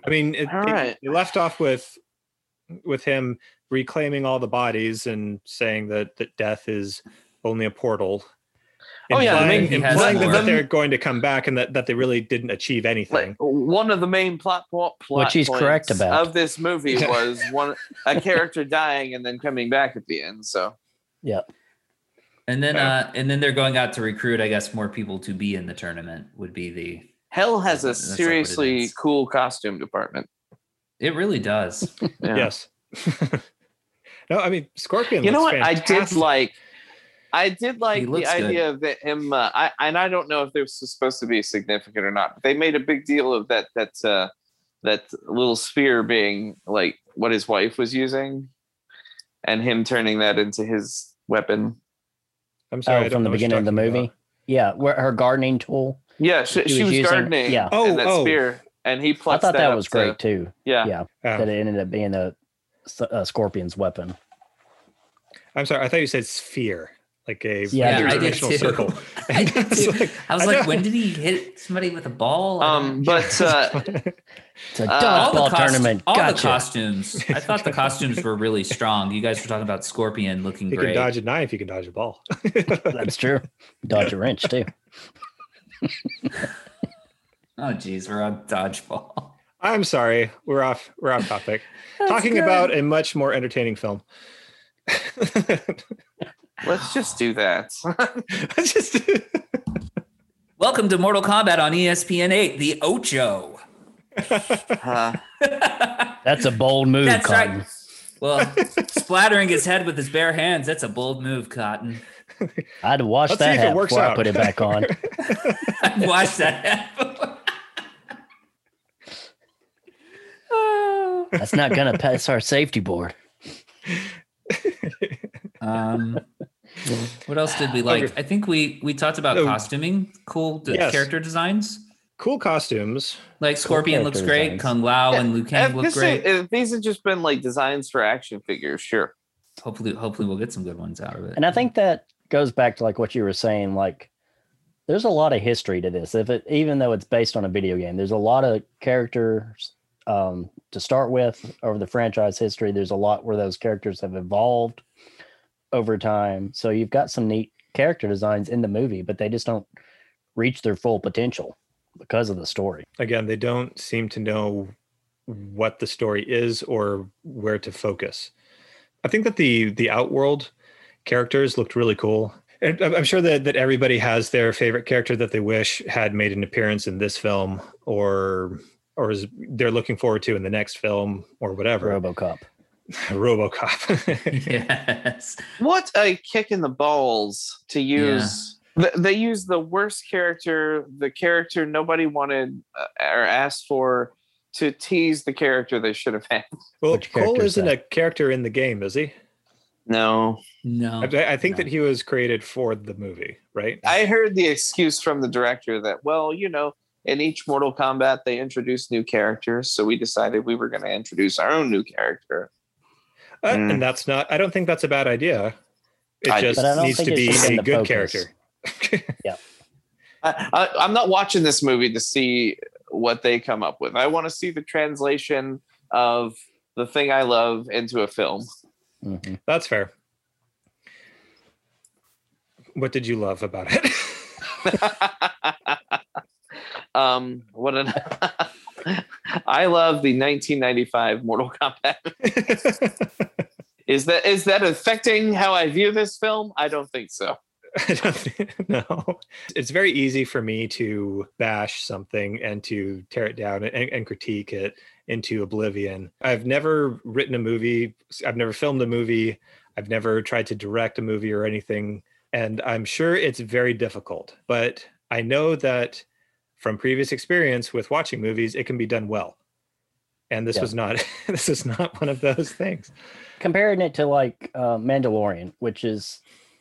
Speaker 1: I mean, it,
Speaker 3: All
Speaker 1: it-
Speaker 3: right.
Speaker 1: it left off with with him reclaiming all the bodies and saying that that death is only a portal.
Speaker 3: Oh, yeah, the
Speaker 1: implying,
Speaker 2: main- he has
Speaker 1: implying that
Speaker 2: more.
Speaker 1: they're going to come back and that, that they really didn't achieve anything.
Speaker 3: like one of the main plot, plot, plot
Speaker 4: Which he's
Speaker 3: points
Speaker 4: correct about.
Speaker 3: of this movie
Speaker 1: Yeah.
Speaker 3: was one a character dying and then coming back at the end. So
Speaker 2: And then,
Speaker 3: Yeah.
Speaker 2: uh, and then they're going out to recruit, I guess, more people to be in the tournament would be the.
Speaker 3: Hell has a
Speaker 2: That's like what it
Speaker 3: seriously
Speaker 2: is.
Speaker 3: cool costume department.
Speaker 2: It really does.
Speaker 3: Yeah.
Speaker 1: Yes. no, I mean Scorpion.
Speaker 3: you know
Speaker 1: looks
Speaker 3: what i did
Speaker 1: fantastic.
Speaker 3: like i did like the
Speaker 2: looks good.
Speaker 3: idea of that him uh, i and i don't know if this was supposed to be significant or not but they made a big deal of that that uh that little sphere being like what his wife was using and him turning that into his weapon
Speaker 1: I'm sorry, I
Speaker 4: oh,
Speaker 1: don't
Speaker 4: from the
Speaker 1: know what you're
Speaker 4: beginning of the
Speaker 1: talking about.
Speaker 4: movie. Yeah, where her gardening tool.
Speaker 3: yeah she,
Speaker 4: He
Speaker 3: she
Speaker 4: was
Speaker 3: was,
Speaker 4: using-
Speaker 3: gardening
Speaker 4: yeah.
Speaker 3: and that
Speaker 1: Oh, oh.
Speaker 3: spear and he
Speaker 4: I
Speaker 3: plucked
Speaker 4: thought that,
Speaker 3: up
Speaker 4: was
Speaker 3: to-
Speaker 4: great too.
Speaker 3: yeah
Speaker 4: Yeah.
Speaker 1: Um,
Speaker 4: That it ended up being a, s- a scorpion's weapon.
Speaker 1: I'm sorry, I thought you said sphere, like a
Speaker 4: Yeah,
Speaker 2: I did
Speaker 1: three-dimensional
Speaker 2: too.
Speaker 1: circle.
Speaker 2: I, did
Speaker 1: It's
Speaker 2: too.
Speaker 1: like-
Speaker 2: I was
Speaker 1: I
Speaker 2: like,
Speaker 1: know.
Speaker 2: when did he hit somebody with a ball?
Speaker 3: um but uh
Speaker 4: It's a
Speaker 3: Uh,
Speaker 2: all the
Speaker 4: dodgeball
Speaker 2: cost-
Speaker 4: tournament.
Speaker 2: all the
Speaker 4: gotcha.
Speaker 2: costumes. I thought the costumes were really strong. You guys were talking about Scorpion looking
Speaker 1: you can
Speaker 2: great.
Speaker 1: dodge a knife, you can dodge a ball.
Speaker 4: That's true. Dodge a wrench too.
Speaker 2: oh, geez, we're on dodgeball.
Speaker 1: I'm sorry, we're off. We're off topic.
Speaker 2: That's
Speaker 1: Talking
Speaker 2: good.
Speaker 1: about a much more entertaining film.
Speaker 3: let's just do that
Speaker 1: Let's just
Speaker 2: Welcome to Mortal Kombat on E ESPN 8, the Ocho.
Speaker 3: uh,
Speaker 4: That's a bold move,
Speaker 2: That's
Speaker 4: Cotton.
Speaker 2: right. Well, splattering his head with his bare hands, that's a bold move, Cotton.
Speaker 4: I'd wash
Speaker 1: Let's see
Speaker 4: that
Speaker 1: if it
Speaker 4: hat
Speaker 1: works
Speaker 4: before
Speaker 1: out.
Speaker 4: I put it back on.
Speaker 2: I've watched that happen before. Oh.
Speaker 4: That's not gonna pass our safety board.
Speaker 2: um, what else did we like?
Speaker 1: Okay.
Speaker 2: I think we we talked about
Speaker 1: No.
Speaker 2: costuming, cool d-
Speaker 1: Yes.
Speaker 2: character designs.
Speaker 1: cool costumes.
Speaker 2: Like Scorpion looks
Speaker 4: character
Speaker 2: great,
Speaker 4: designs.
Speaker 2: Kung Lao
Speaker 3: Yeah,
Speaker 2: and Liu Kang
Speaker 3: if,
Speaker 2: look
Speaker 3: this is-
Speaker 2: great.
Speaker 3: if these have just been like designs for action figures sure
Speaker 2: hopefully, hopefully we'll get some good ones out of it.
Speaker 4: And I think that goes back to like what you were saying. Like, there's a lot of history to this. If it, even though it's based on a video game, there's a lot of characters um, to start with over the franchise history. There's a lot where those characters have evolved over time. So you've got some neat character designs in the movie, but they just don't reach their full potential because of the story.
Speaker 1: Again, they don't seem to know what the story is or where to focus. I think that the the Outworld characters looked really cool. And I'm I'm sure that, that everybody has their favorite character that they wish had made an appearance in this film or or is they're looking forward to in the next film or whatever.
Speaker 4: RoboCop.
Speaker 1: RoboCop.
Speaker 2: yes.
Speaker 3: What a kick in the balls to use. Th- They used the worst character, the character nobody wanted uh, or asked for, to tease the character they should have had.
Speaker 1: well,
Speaker 4: Which character
Speaker 1: Cole
Speaker 4: is
Speaker 1: isn't
Speaker 4: that?
Speaker 1: a character in the game, is he?
Speaker 3: No,
Speaker 4: Oh,
Speaker 2: No.
Speaker 1: I, I think
Speaker 2: no.
Speaker 1: that he was created for the movie, right?
Speaker 3: I heard the excuse from the director that, well, you know, in each Mortal Kombat they introduce new characters, so we decided we were going to introduce our own new character.
Speaker 1: Uh,
Speaker 3: Mm.
Speaker 1: And that's not. I don't think that's a bad idea. It
Speaker 3: I-
Speaker 1: just
Speaker 4: But I don't
Speaker 1: needs
Speaker 4: think
Speaker 1: to
Speaker 4: it
Speaker 1: be
Speaker 4: should be
Speaker 1: a
Speaker 4: in the
Speaker 1: good
Speaker 4: focus.
Speaker 1: character.
Speaker 3: I, I, I'm not watching this movie to see what they come up with. I want to see the translation of the thing I love into a film.
Speaker 4: Mhm.
Speaker 1: That's fair. What did you love about it?
Speaker 3: um, what an I love the 1995 Mortal Kombat. Is that is that affecting how I view this film? I don't think so.
Speaker 1: I don't think- no, it's very easy for me to bash something and to tear it down and, and critique it into oblivion. I've never written a movie. I've never filmed a movie. I've never tried to direct a movie or anything. And I'm sure it's very difficult, but I know that from previous experience with watching movies, it can be done well. And this
Speaker 4: Yeah.
Speaker 1: was not, this is not one of those things.
Speaker 4: comparing it to like uh, Mandalorian, which is,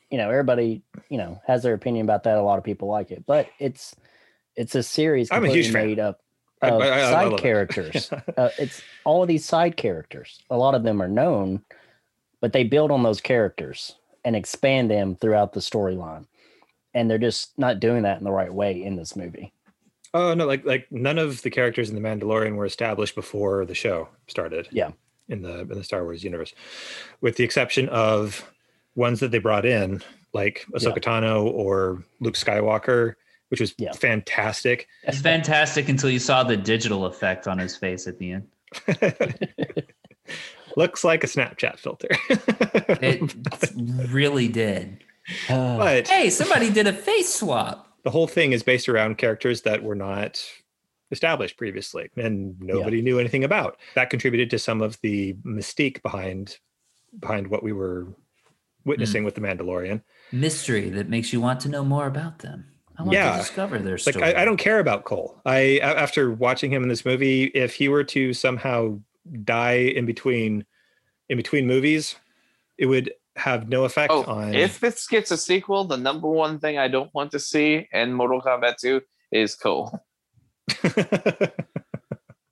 Speaker 4: you know, everybody, you know, has their opinion about that. A lot of people like it, but it's it's a series
Speaker 1: I'm a
Speaker 4: completely
Speaker 1: huge fan.
Speaker 4: made up
Speaker 1: I-
Speaker 4: of
Speaker 1: I- I- I
Speaker 4: Uh, side
Speaker 1: love it.
Speaker 4: characters. uh, it's all of these side characters. A lot of them are known, but they build on those characters and expand them throughout the storyline. And they're just not doing that in the right way in this movie.
Speaker 1: Oh no, like like none of the characters in the Mandalorian were established before the show started.
Speaker 4: Yeah.
Speaker 1: In the in the Star Wars universe. With the exception of ones that they brought in, like Ahsoka Tano or Luke Skywalker, which was
Speaker 4: Yeah.
Speaker 1: fantastic.
Speaker 2: It's fantastic until you saw the digital effect on his face at the end.
Speaker 1: Looks like a Snapchat filter.
Speaker 2: It really did.
Speaker 4: Uh,
Speaker 1: But
Speaker 2: Hey, somebody did a face swap.
Speaker 1: the whole thing is based around characters that were not established previously and nobody knew anything about. That contributed to some of the mystique behind behind what we were
Speaker 4: Mm.
Speaker 1: witnessing with the Mandalorian.
Speaker 2: mystery that makes you want to know more about them. I want
Speaker 1: Yeah.
Speaker 2: to discover their
Speaker 1: Like
Speaker 2: story.
Speaker 1: I, I don't care about Cole. I a- after watching him in this movie, if he were to somehow die in between in between movies, it would have no effect
Speaker 3: Oh,
Speaker 1: on
Speaker 3: if this gets a sequel, the number one thing I don't want to see in Mortal Kombat 2 is Cole.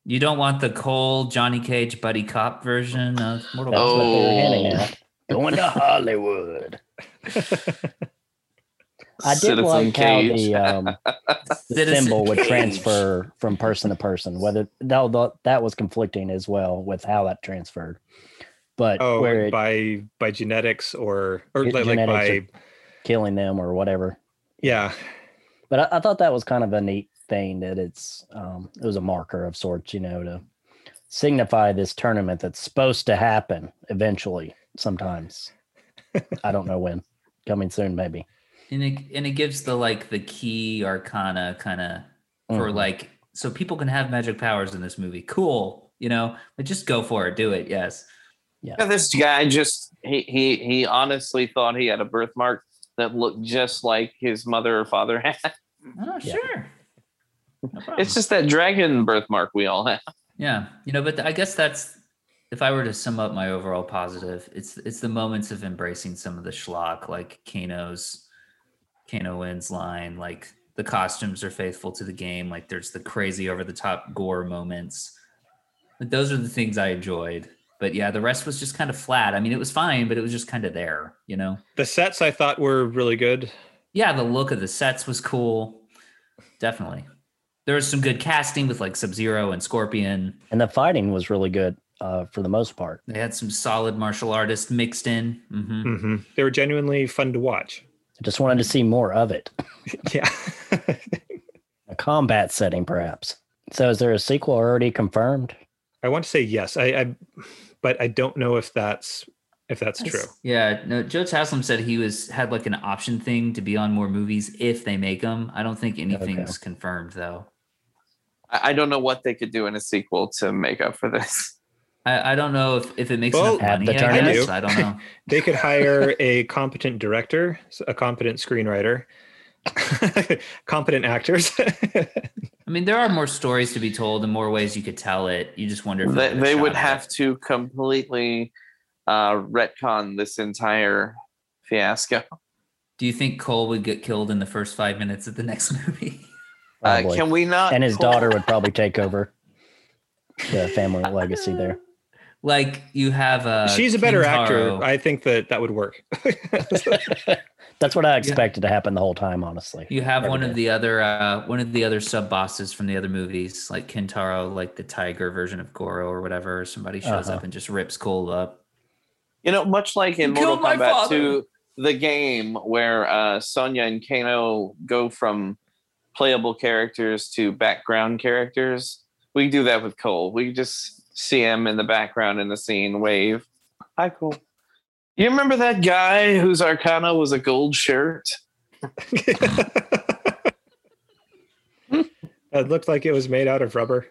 Speaker 2: You don't want the Cole, Johnny Cage, Buddy Cop version of Mortal
Speaker 4: that's
Speaker 2: Kombat.
Speaker 4: what they were hinting
Speaker 3: Oh.
Speaker 4: at. Going to Hollywood. I did
Speaker 3: Citizen
Speaker 4: like
Speaker 3: Cage.
Speaker 4: how the, um, the
Speaker 2: Citizen
Speaker 4: symbol would
Speaker 2: Cage.
Speaker 4: transfer from person to person. Whether that, that that was conflicting as well with how that transferred, but
Speaker 1: oh, like
Speaker 4: where it
Speaker 1: by by genetics or or like,
Speaker 4: Ge-
Speaker 1: like
Speaker 4: genetics
Speaker 1: by
Speaker 4: or- killing them or whatever.
Speaker 1: yeah
Speaker 4: But I, I thought that was kind of a neat thing that it's um, it was a marker of sorts, you know, to signify this tournament that's supposed to happen eventually. Sometimes I don't know when, coming soon maybe.
Speaker 2: And it and it gives the like the key arcana kind of for
Speaker 4: Mhm.
Speaker 2: like so people can have magic powers in this movie. Cool. You know, but just go for it. Do it. Yes.
Speaker 3: Yeah, this guy just he he he honestly thought he had a birthmark that looked just like his mother or father had.
Speaker 2: Oh,
Speaker 4: Yeah.
Speaker 2: sure. No problem.
Speaker 3: It's just that dragon birthmark we all have.
Speaker 2: Yeah, you know, but I guess that's if I were to sum up my overall positive, it's it's the moments of embracing some of the schlock, like Kano's Kano wins line, like the costumes are faithful to the game, like there's the crazy over the top gore moments. But those are the things I enjoyed. But yeah, the rest was just kind of flat. I mean, it was fine, but it was just kind of there, you know.
Speaker 1: the sets i thought were really good
Speaker 2: Yeah, the look of the sets was cool. Definitely. There was some good casting with like Sub Zero and Scorpion.
Speaker 4: and the fighting was really good uh, for the most part.
Speaker 2: They had some solid martial artists mixed in. hmm
Speaker 1: Mhm. they were genuinely fun to watch
Speaker 4: I just wanted to see more of it.
Speaker 1: yeah
Speaker 4: a combat setting, perhaps. So, is there a sequel already confirmed?
Speaker 1: i want to say yes I, I but i don't know if that's if that's true
Speaker 2: Yeah. No, Joe Taslim said he was had like an option thing to be on more movies if they make them. I don't think anything's confirmed though.
Speaker 3: I, I don't know what they could do in a sequel to make up for this.
Speaker 2: I, I don't know if, if it makes
Speaker 1: Well,
Speaker 2: enough
Speaker 4: Add
Speaker 2: money.
Speaker 4: the
Speaker 2: I,
Speaker 4: tournament.
Speaker 2: guess. I don't know.
Speaker 1: they could hire a competent director a competent screenwriter competent actors
Speaker 2: I mean, there are more stories to be told and more ways you could tell it. You just wonder if
Speaker 3: They,
Speaker 2: they'll
Speaker 3: they
Speaker 2: shot
Speaker 3: would
Speaker 2: it.
Speaker 3: have to completely uh, retcon this entire fiasco.
Speaker 4: Oh,
Speaker 2: Do you think Cole would get killed in the first five minutes of the next movie?
Speaker 3: Uh,
Speaker 4: Probably.
Speaker 3: can we not?
Speaker 4: and his
Speaker 3: pull-
Speaker 4: daughter would probably take over the family legacy there.
Speaker 2: like you have uh, a
Speaker 1: she's a better
Speaker 2: Kintaro.
Speaker 1: actor i think that that would work
Speaker 4: That's what I expected to happen the whole time, honestly.
Speaker 2: You have
Speaker 4: every
Speaker 2: one of
Speaker 4: day.
Speaker 2: the other uh, one of the other sub bosses from the other movies, like Kintaro, like the tiger version of Goro or whatever. Somebody shows
Speaker 4: Uh-huh.
Speaker 2: up and just rips Cole up.
Speaker 3: You know, much like in
Speaker 2: You
Speaker 3: Mortal
Speaker 2: killed my
Speaker 3: Kombat
Speaker 2: father.
Speaker 3: 2, the game where uh, Sonya and Kano go from playable characters to background characters, we do that with Cole. We just see him in the background in the scene, wave. Hi, Cole. You remember that guy whose arcana was a gold shirt?
Speaker 1: it looked like it was made out of rubber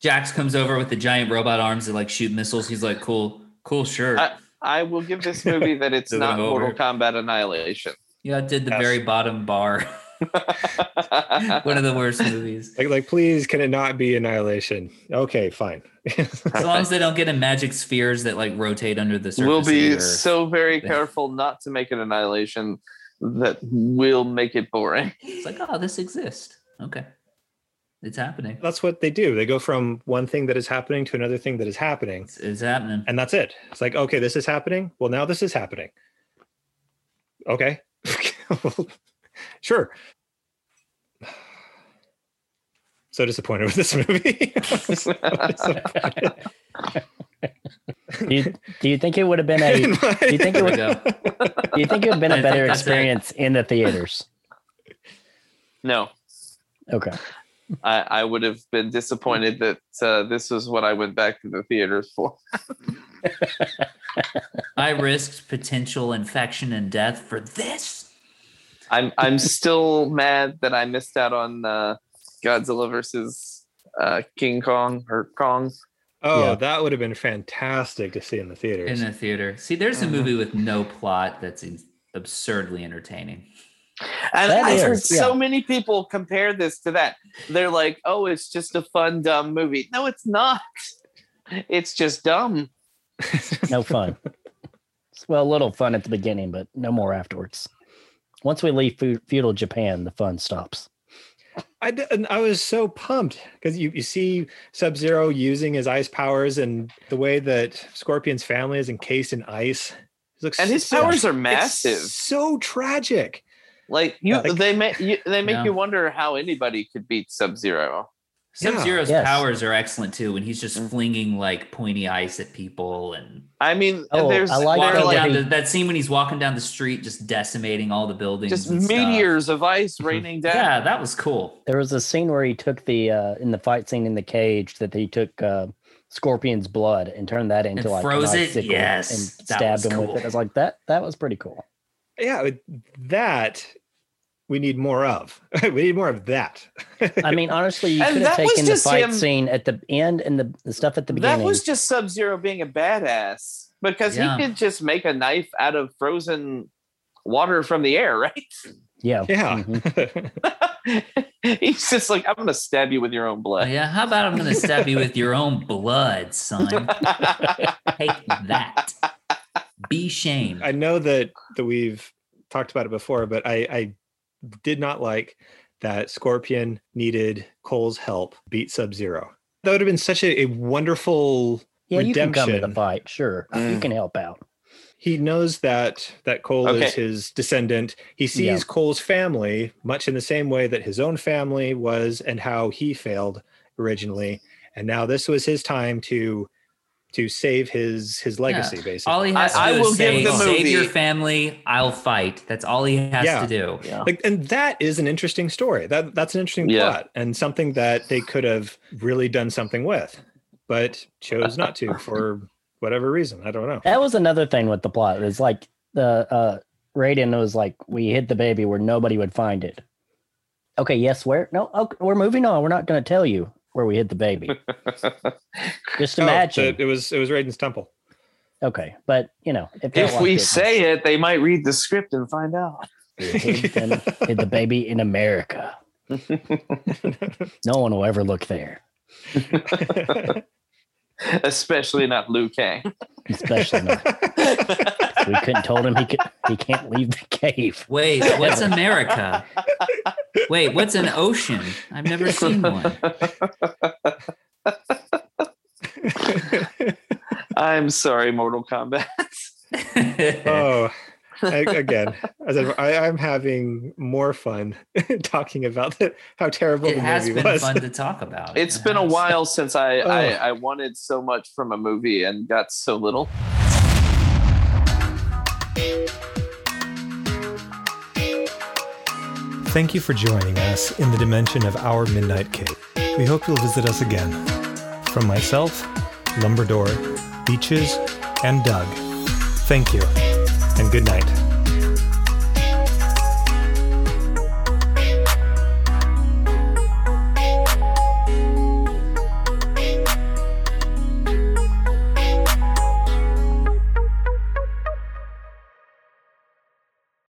Speaker 2: Jax comes over with the giant robot arms that like shoot missiles. He's like, "Cool, cool, sure."
Speaker 3: I will give this movie that it's
Speaker 2: Doesn't
Speaker 3: not
Speaker 2: know
Speaker 3: Mortal
Speaker 2: her.
Speaker 3: Kombat Annihilation.
Speaker 2: yeah, I did the
Speaker 1: Yes.
Speaker 2: very bottom bar. one of the worst movies.
Speaker 1: Like, like, please, can it not be Annihilation? Okay, fine.
Speaker 2: As long as they don't get in magic spheres that like rotate under the surface.
Speaker 3: we'll
Speaker 2: of the
Speaker 3: be
Speaker 2: Earth.
Speaker 3: so very
Speaker 2: Yeah.
Speaker 3: careful not to make an annihilation that will make it boring.
Speaker 2: It's like, oh, this exists. Okay, it's happening.
Speaker 1: that's what they do. They go from one thing that is happening to another thing that is happening,
Speaker 2: It's, it's happening.
Speaker 1: and that's it. It's like, okay, this is happening. Well, now this is happening. Okay. sure. So disappointed with this movie. So disappointed.
Speaker 4: Do you, do you think it would have been a? Do you think it
Speaker 2: There we
Speaker 4: would?
Speaker 2: go.
Speaker 4: Do you think it would have been
Speaker 2: I think
Speaker 4: a better
Speaker 2: that's it.
Speaker 4: experience in the theaters?
Speaker 3: no,
Speaker 4: Okay,
Speaker 3: I, I would have been disappointed that uh, this was what I went back to the theaters for.
Speaker 2: I risked potential infection and death for this.
Speaker 3: I'm I'm still mad that I missed out on uh, Godzilla versus uh, King Kong or Kong.
Speaker 1: Oh,
Speaker 4: Yeah.
Speaker 1: that would have been fantastic to see in the theaters.
Speaker 2: in the theater. See, there's
Speaker 3: Mhm.
Speaker 2: a movie with no plot that's in- absurdly entertaining.
Speaker 3: And
Speaker 4: That
Speaker 3: I've
Speaker 4: is,
Speaker 3: heard
Speaker 4: yeah.
Speaker 3: so many people compare this to that. They're like, "Oh, it's just a fun dumb movie." No, it's not. It's just dumb.
Speaker 4: No fun. well, a little fun at the beginning, but no more afterwards. Once we leave feu- feudal Japan, the fun stops.
Speaker 1: I, d- and I was so pumped because you, you see Sub Zero using his ice powers and the way that Scorpion's family is encased in ice. It looks
Speaker 3: And his
Speaker 1: so-
Speaker 3: powers are
Speaker 1: it's
Speaker 3: massive.
Speaker 1: So tragic.
Speaker 3: Like you,
Speaker 1: Yeah, like-
Speaker 3: they make you, they make
Speaker 2: Yeah.
Speaker 3: you wonder how anybody could beat Sub Zero.
Speaker 1: Yeah.
Speaker 2: Sub Zero's
Speaker 4: Yes.
Speaker 2: powers are excellent too, when he's just
Speaker 3: Mm.
Speaker 2: flinging like pointy ice at people and
Speaker 3: I mean,
Speaker 4: Oh,
Speaker 3: there's
Speaker 4: I like
Speaker 3: there
Speaker 2: walking
Speaker 3: are, like
Speaker 2: down
Speaker 4: he-
Speaker 2: the, that scene when he's walking down the street, just decimating all the buildings.
Speaker 3: just
Speaker 2: and stuff.
Speaker 3: meteors of ice raining down.
Speaker 2: Yeah, that was cool.
Speaker 4: There was a scene where he took the uh, in the fight scene in the cage that he took uh, Scorpion's blood and turned that into
Speaker 2: And
Speaker 4: like an
Speaker 2: froze it?
Speaker 4: icicle
Speaker 2: Yes,
Speaker 4: and
Speaker 2: that
Speaker 4: stabbed
Speaker 2: was
Speaker 4: him
Speaker 2: cool.
Speaker 4: with it. I was like that. That was pretty cool.
Speaker 1: Yeah, it- that we need more of. we need more of that.
Speaker 4: I mean, honestly, you
Speaker 3: And
Speaker 4: could have
Speaker 3: that was
Speaker 4: taken the
Speaker 3: just
Speaker 4: fight
Speaker 3: him-
Speaker 4: scene at the end and the, the stuff at the beginning.
Speaker 3: That was just Sub Zero being a badass because
Speaker 2: Yeah.
Speaker 3: he could just make a knife out of frozen water from the air, right?
Speaker 4: yeah,
Speaker 1: Yeah.
Speaker 4: Mhm.
Speaker 3: He's just like, I'm gonna stab you with your own blood.
Speaker 2: yeah, how about I'm gonna stab you with your own blood, son? Take that. Be shamed.
Speaker 1: I know that that we've talked about it before, but I, I did not like that Scorpion needed Cole's help beat Sub Zero. That would have been such a, a wonderful.
Speaker 4: yeah. You can come to the
Speaker 1: Redemption.
Speaker 4: fight, sure. You
Speaker 3: Mm.
Speaker 4: can help out.
Speaker 1: He knows that that Cole
Speaker 3: Okay.
Speaker 1: is his descendant. He sees
Speaker 4: Yeah.
Speaker 1: Cole's family much in the same way that his own family was, and how he failed originally. And now this was his time to to save his his legacy, basically.
Speaker 2: all he has
Speaker 3: I-
Speaker 2: to
Speaker 3: I
Speaker 2: do
Speaker 3: will
Speaker 2: is say,
Speaker 3: give the
Speaker 2: "Save
Speaker 3: movie-
Speaker 2: your family. I'll fight." That's all he has
Speaker 1: Yeah.
Speaker 2: to do.
Speaker 4: Yeah.
Speaker 1: like and that is an interesting story that that's an interesting
Speaker 3: Yeah.
Speaker 1: plot and something that they could have really done something with but chose not to for whatever reason i don't know
Speaker 4: That was another thing with the plot. It's like the uh Raiden was like, we hid the baby where nobody would find it. Okay, yes, where? No, okay, we're moving on. We're not going to tell you where we hid the baby. Just
Speaker 1: Oh,
Speaker 4: imagine.
Speaker 1: the- it was it was raiden's temple
Speaker 4: okay, but you know, it felt
Speaker 3: if
Speaker 4: like
Speaker 3: we
Speaker 4: it.
Speaker 3: say it, they might read the script and find out.
Speaker 4: We hid, them, hid the baby in America, no one will ever look there,
Speaker 3: Especially not Liu Kang.
Speaker 4: especially not. We couldn't told him he could, he can't leave the cave.
Speaker 2: Wait, what's America? Wait, what's an ocean? I've never seen one.
Speaker 3: I'm sorry, Mortal Kombat.
Speaker 1: oh I, again as I, I, i'm having more fun talking about the, how terrible
Speaker 2: it
Speaker 1: the
Speaker 2: has
Speaker 1: movie
Speaker 2: been
Speaker 1: was
Speaker 2: fun to talk about.
Speaker 3: It's been a
Speaker 2: has.
Speaker 3: while since I,
Speaker 1: Oh.
Speaker 3: I I wanted so much from a movie and got so little.
Speaker 1: Thank you for joining us in the dimension of our Midnight Cake. We hope you'll visit us again. From myself, Lumberdor, Beaches, and Doug, thank you, and good night.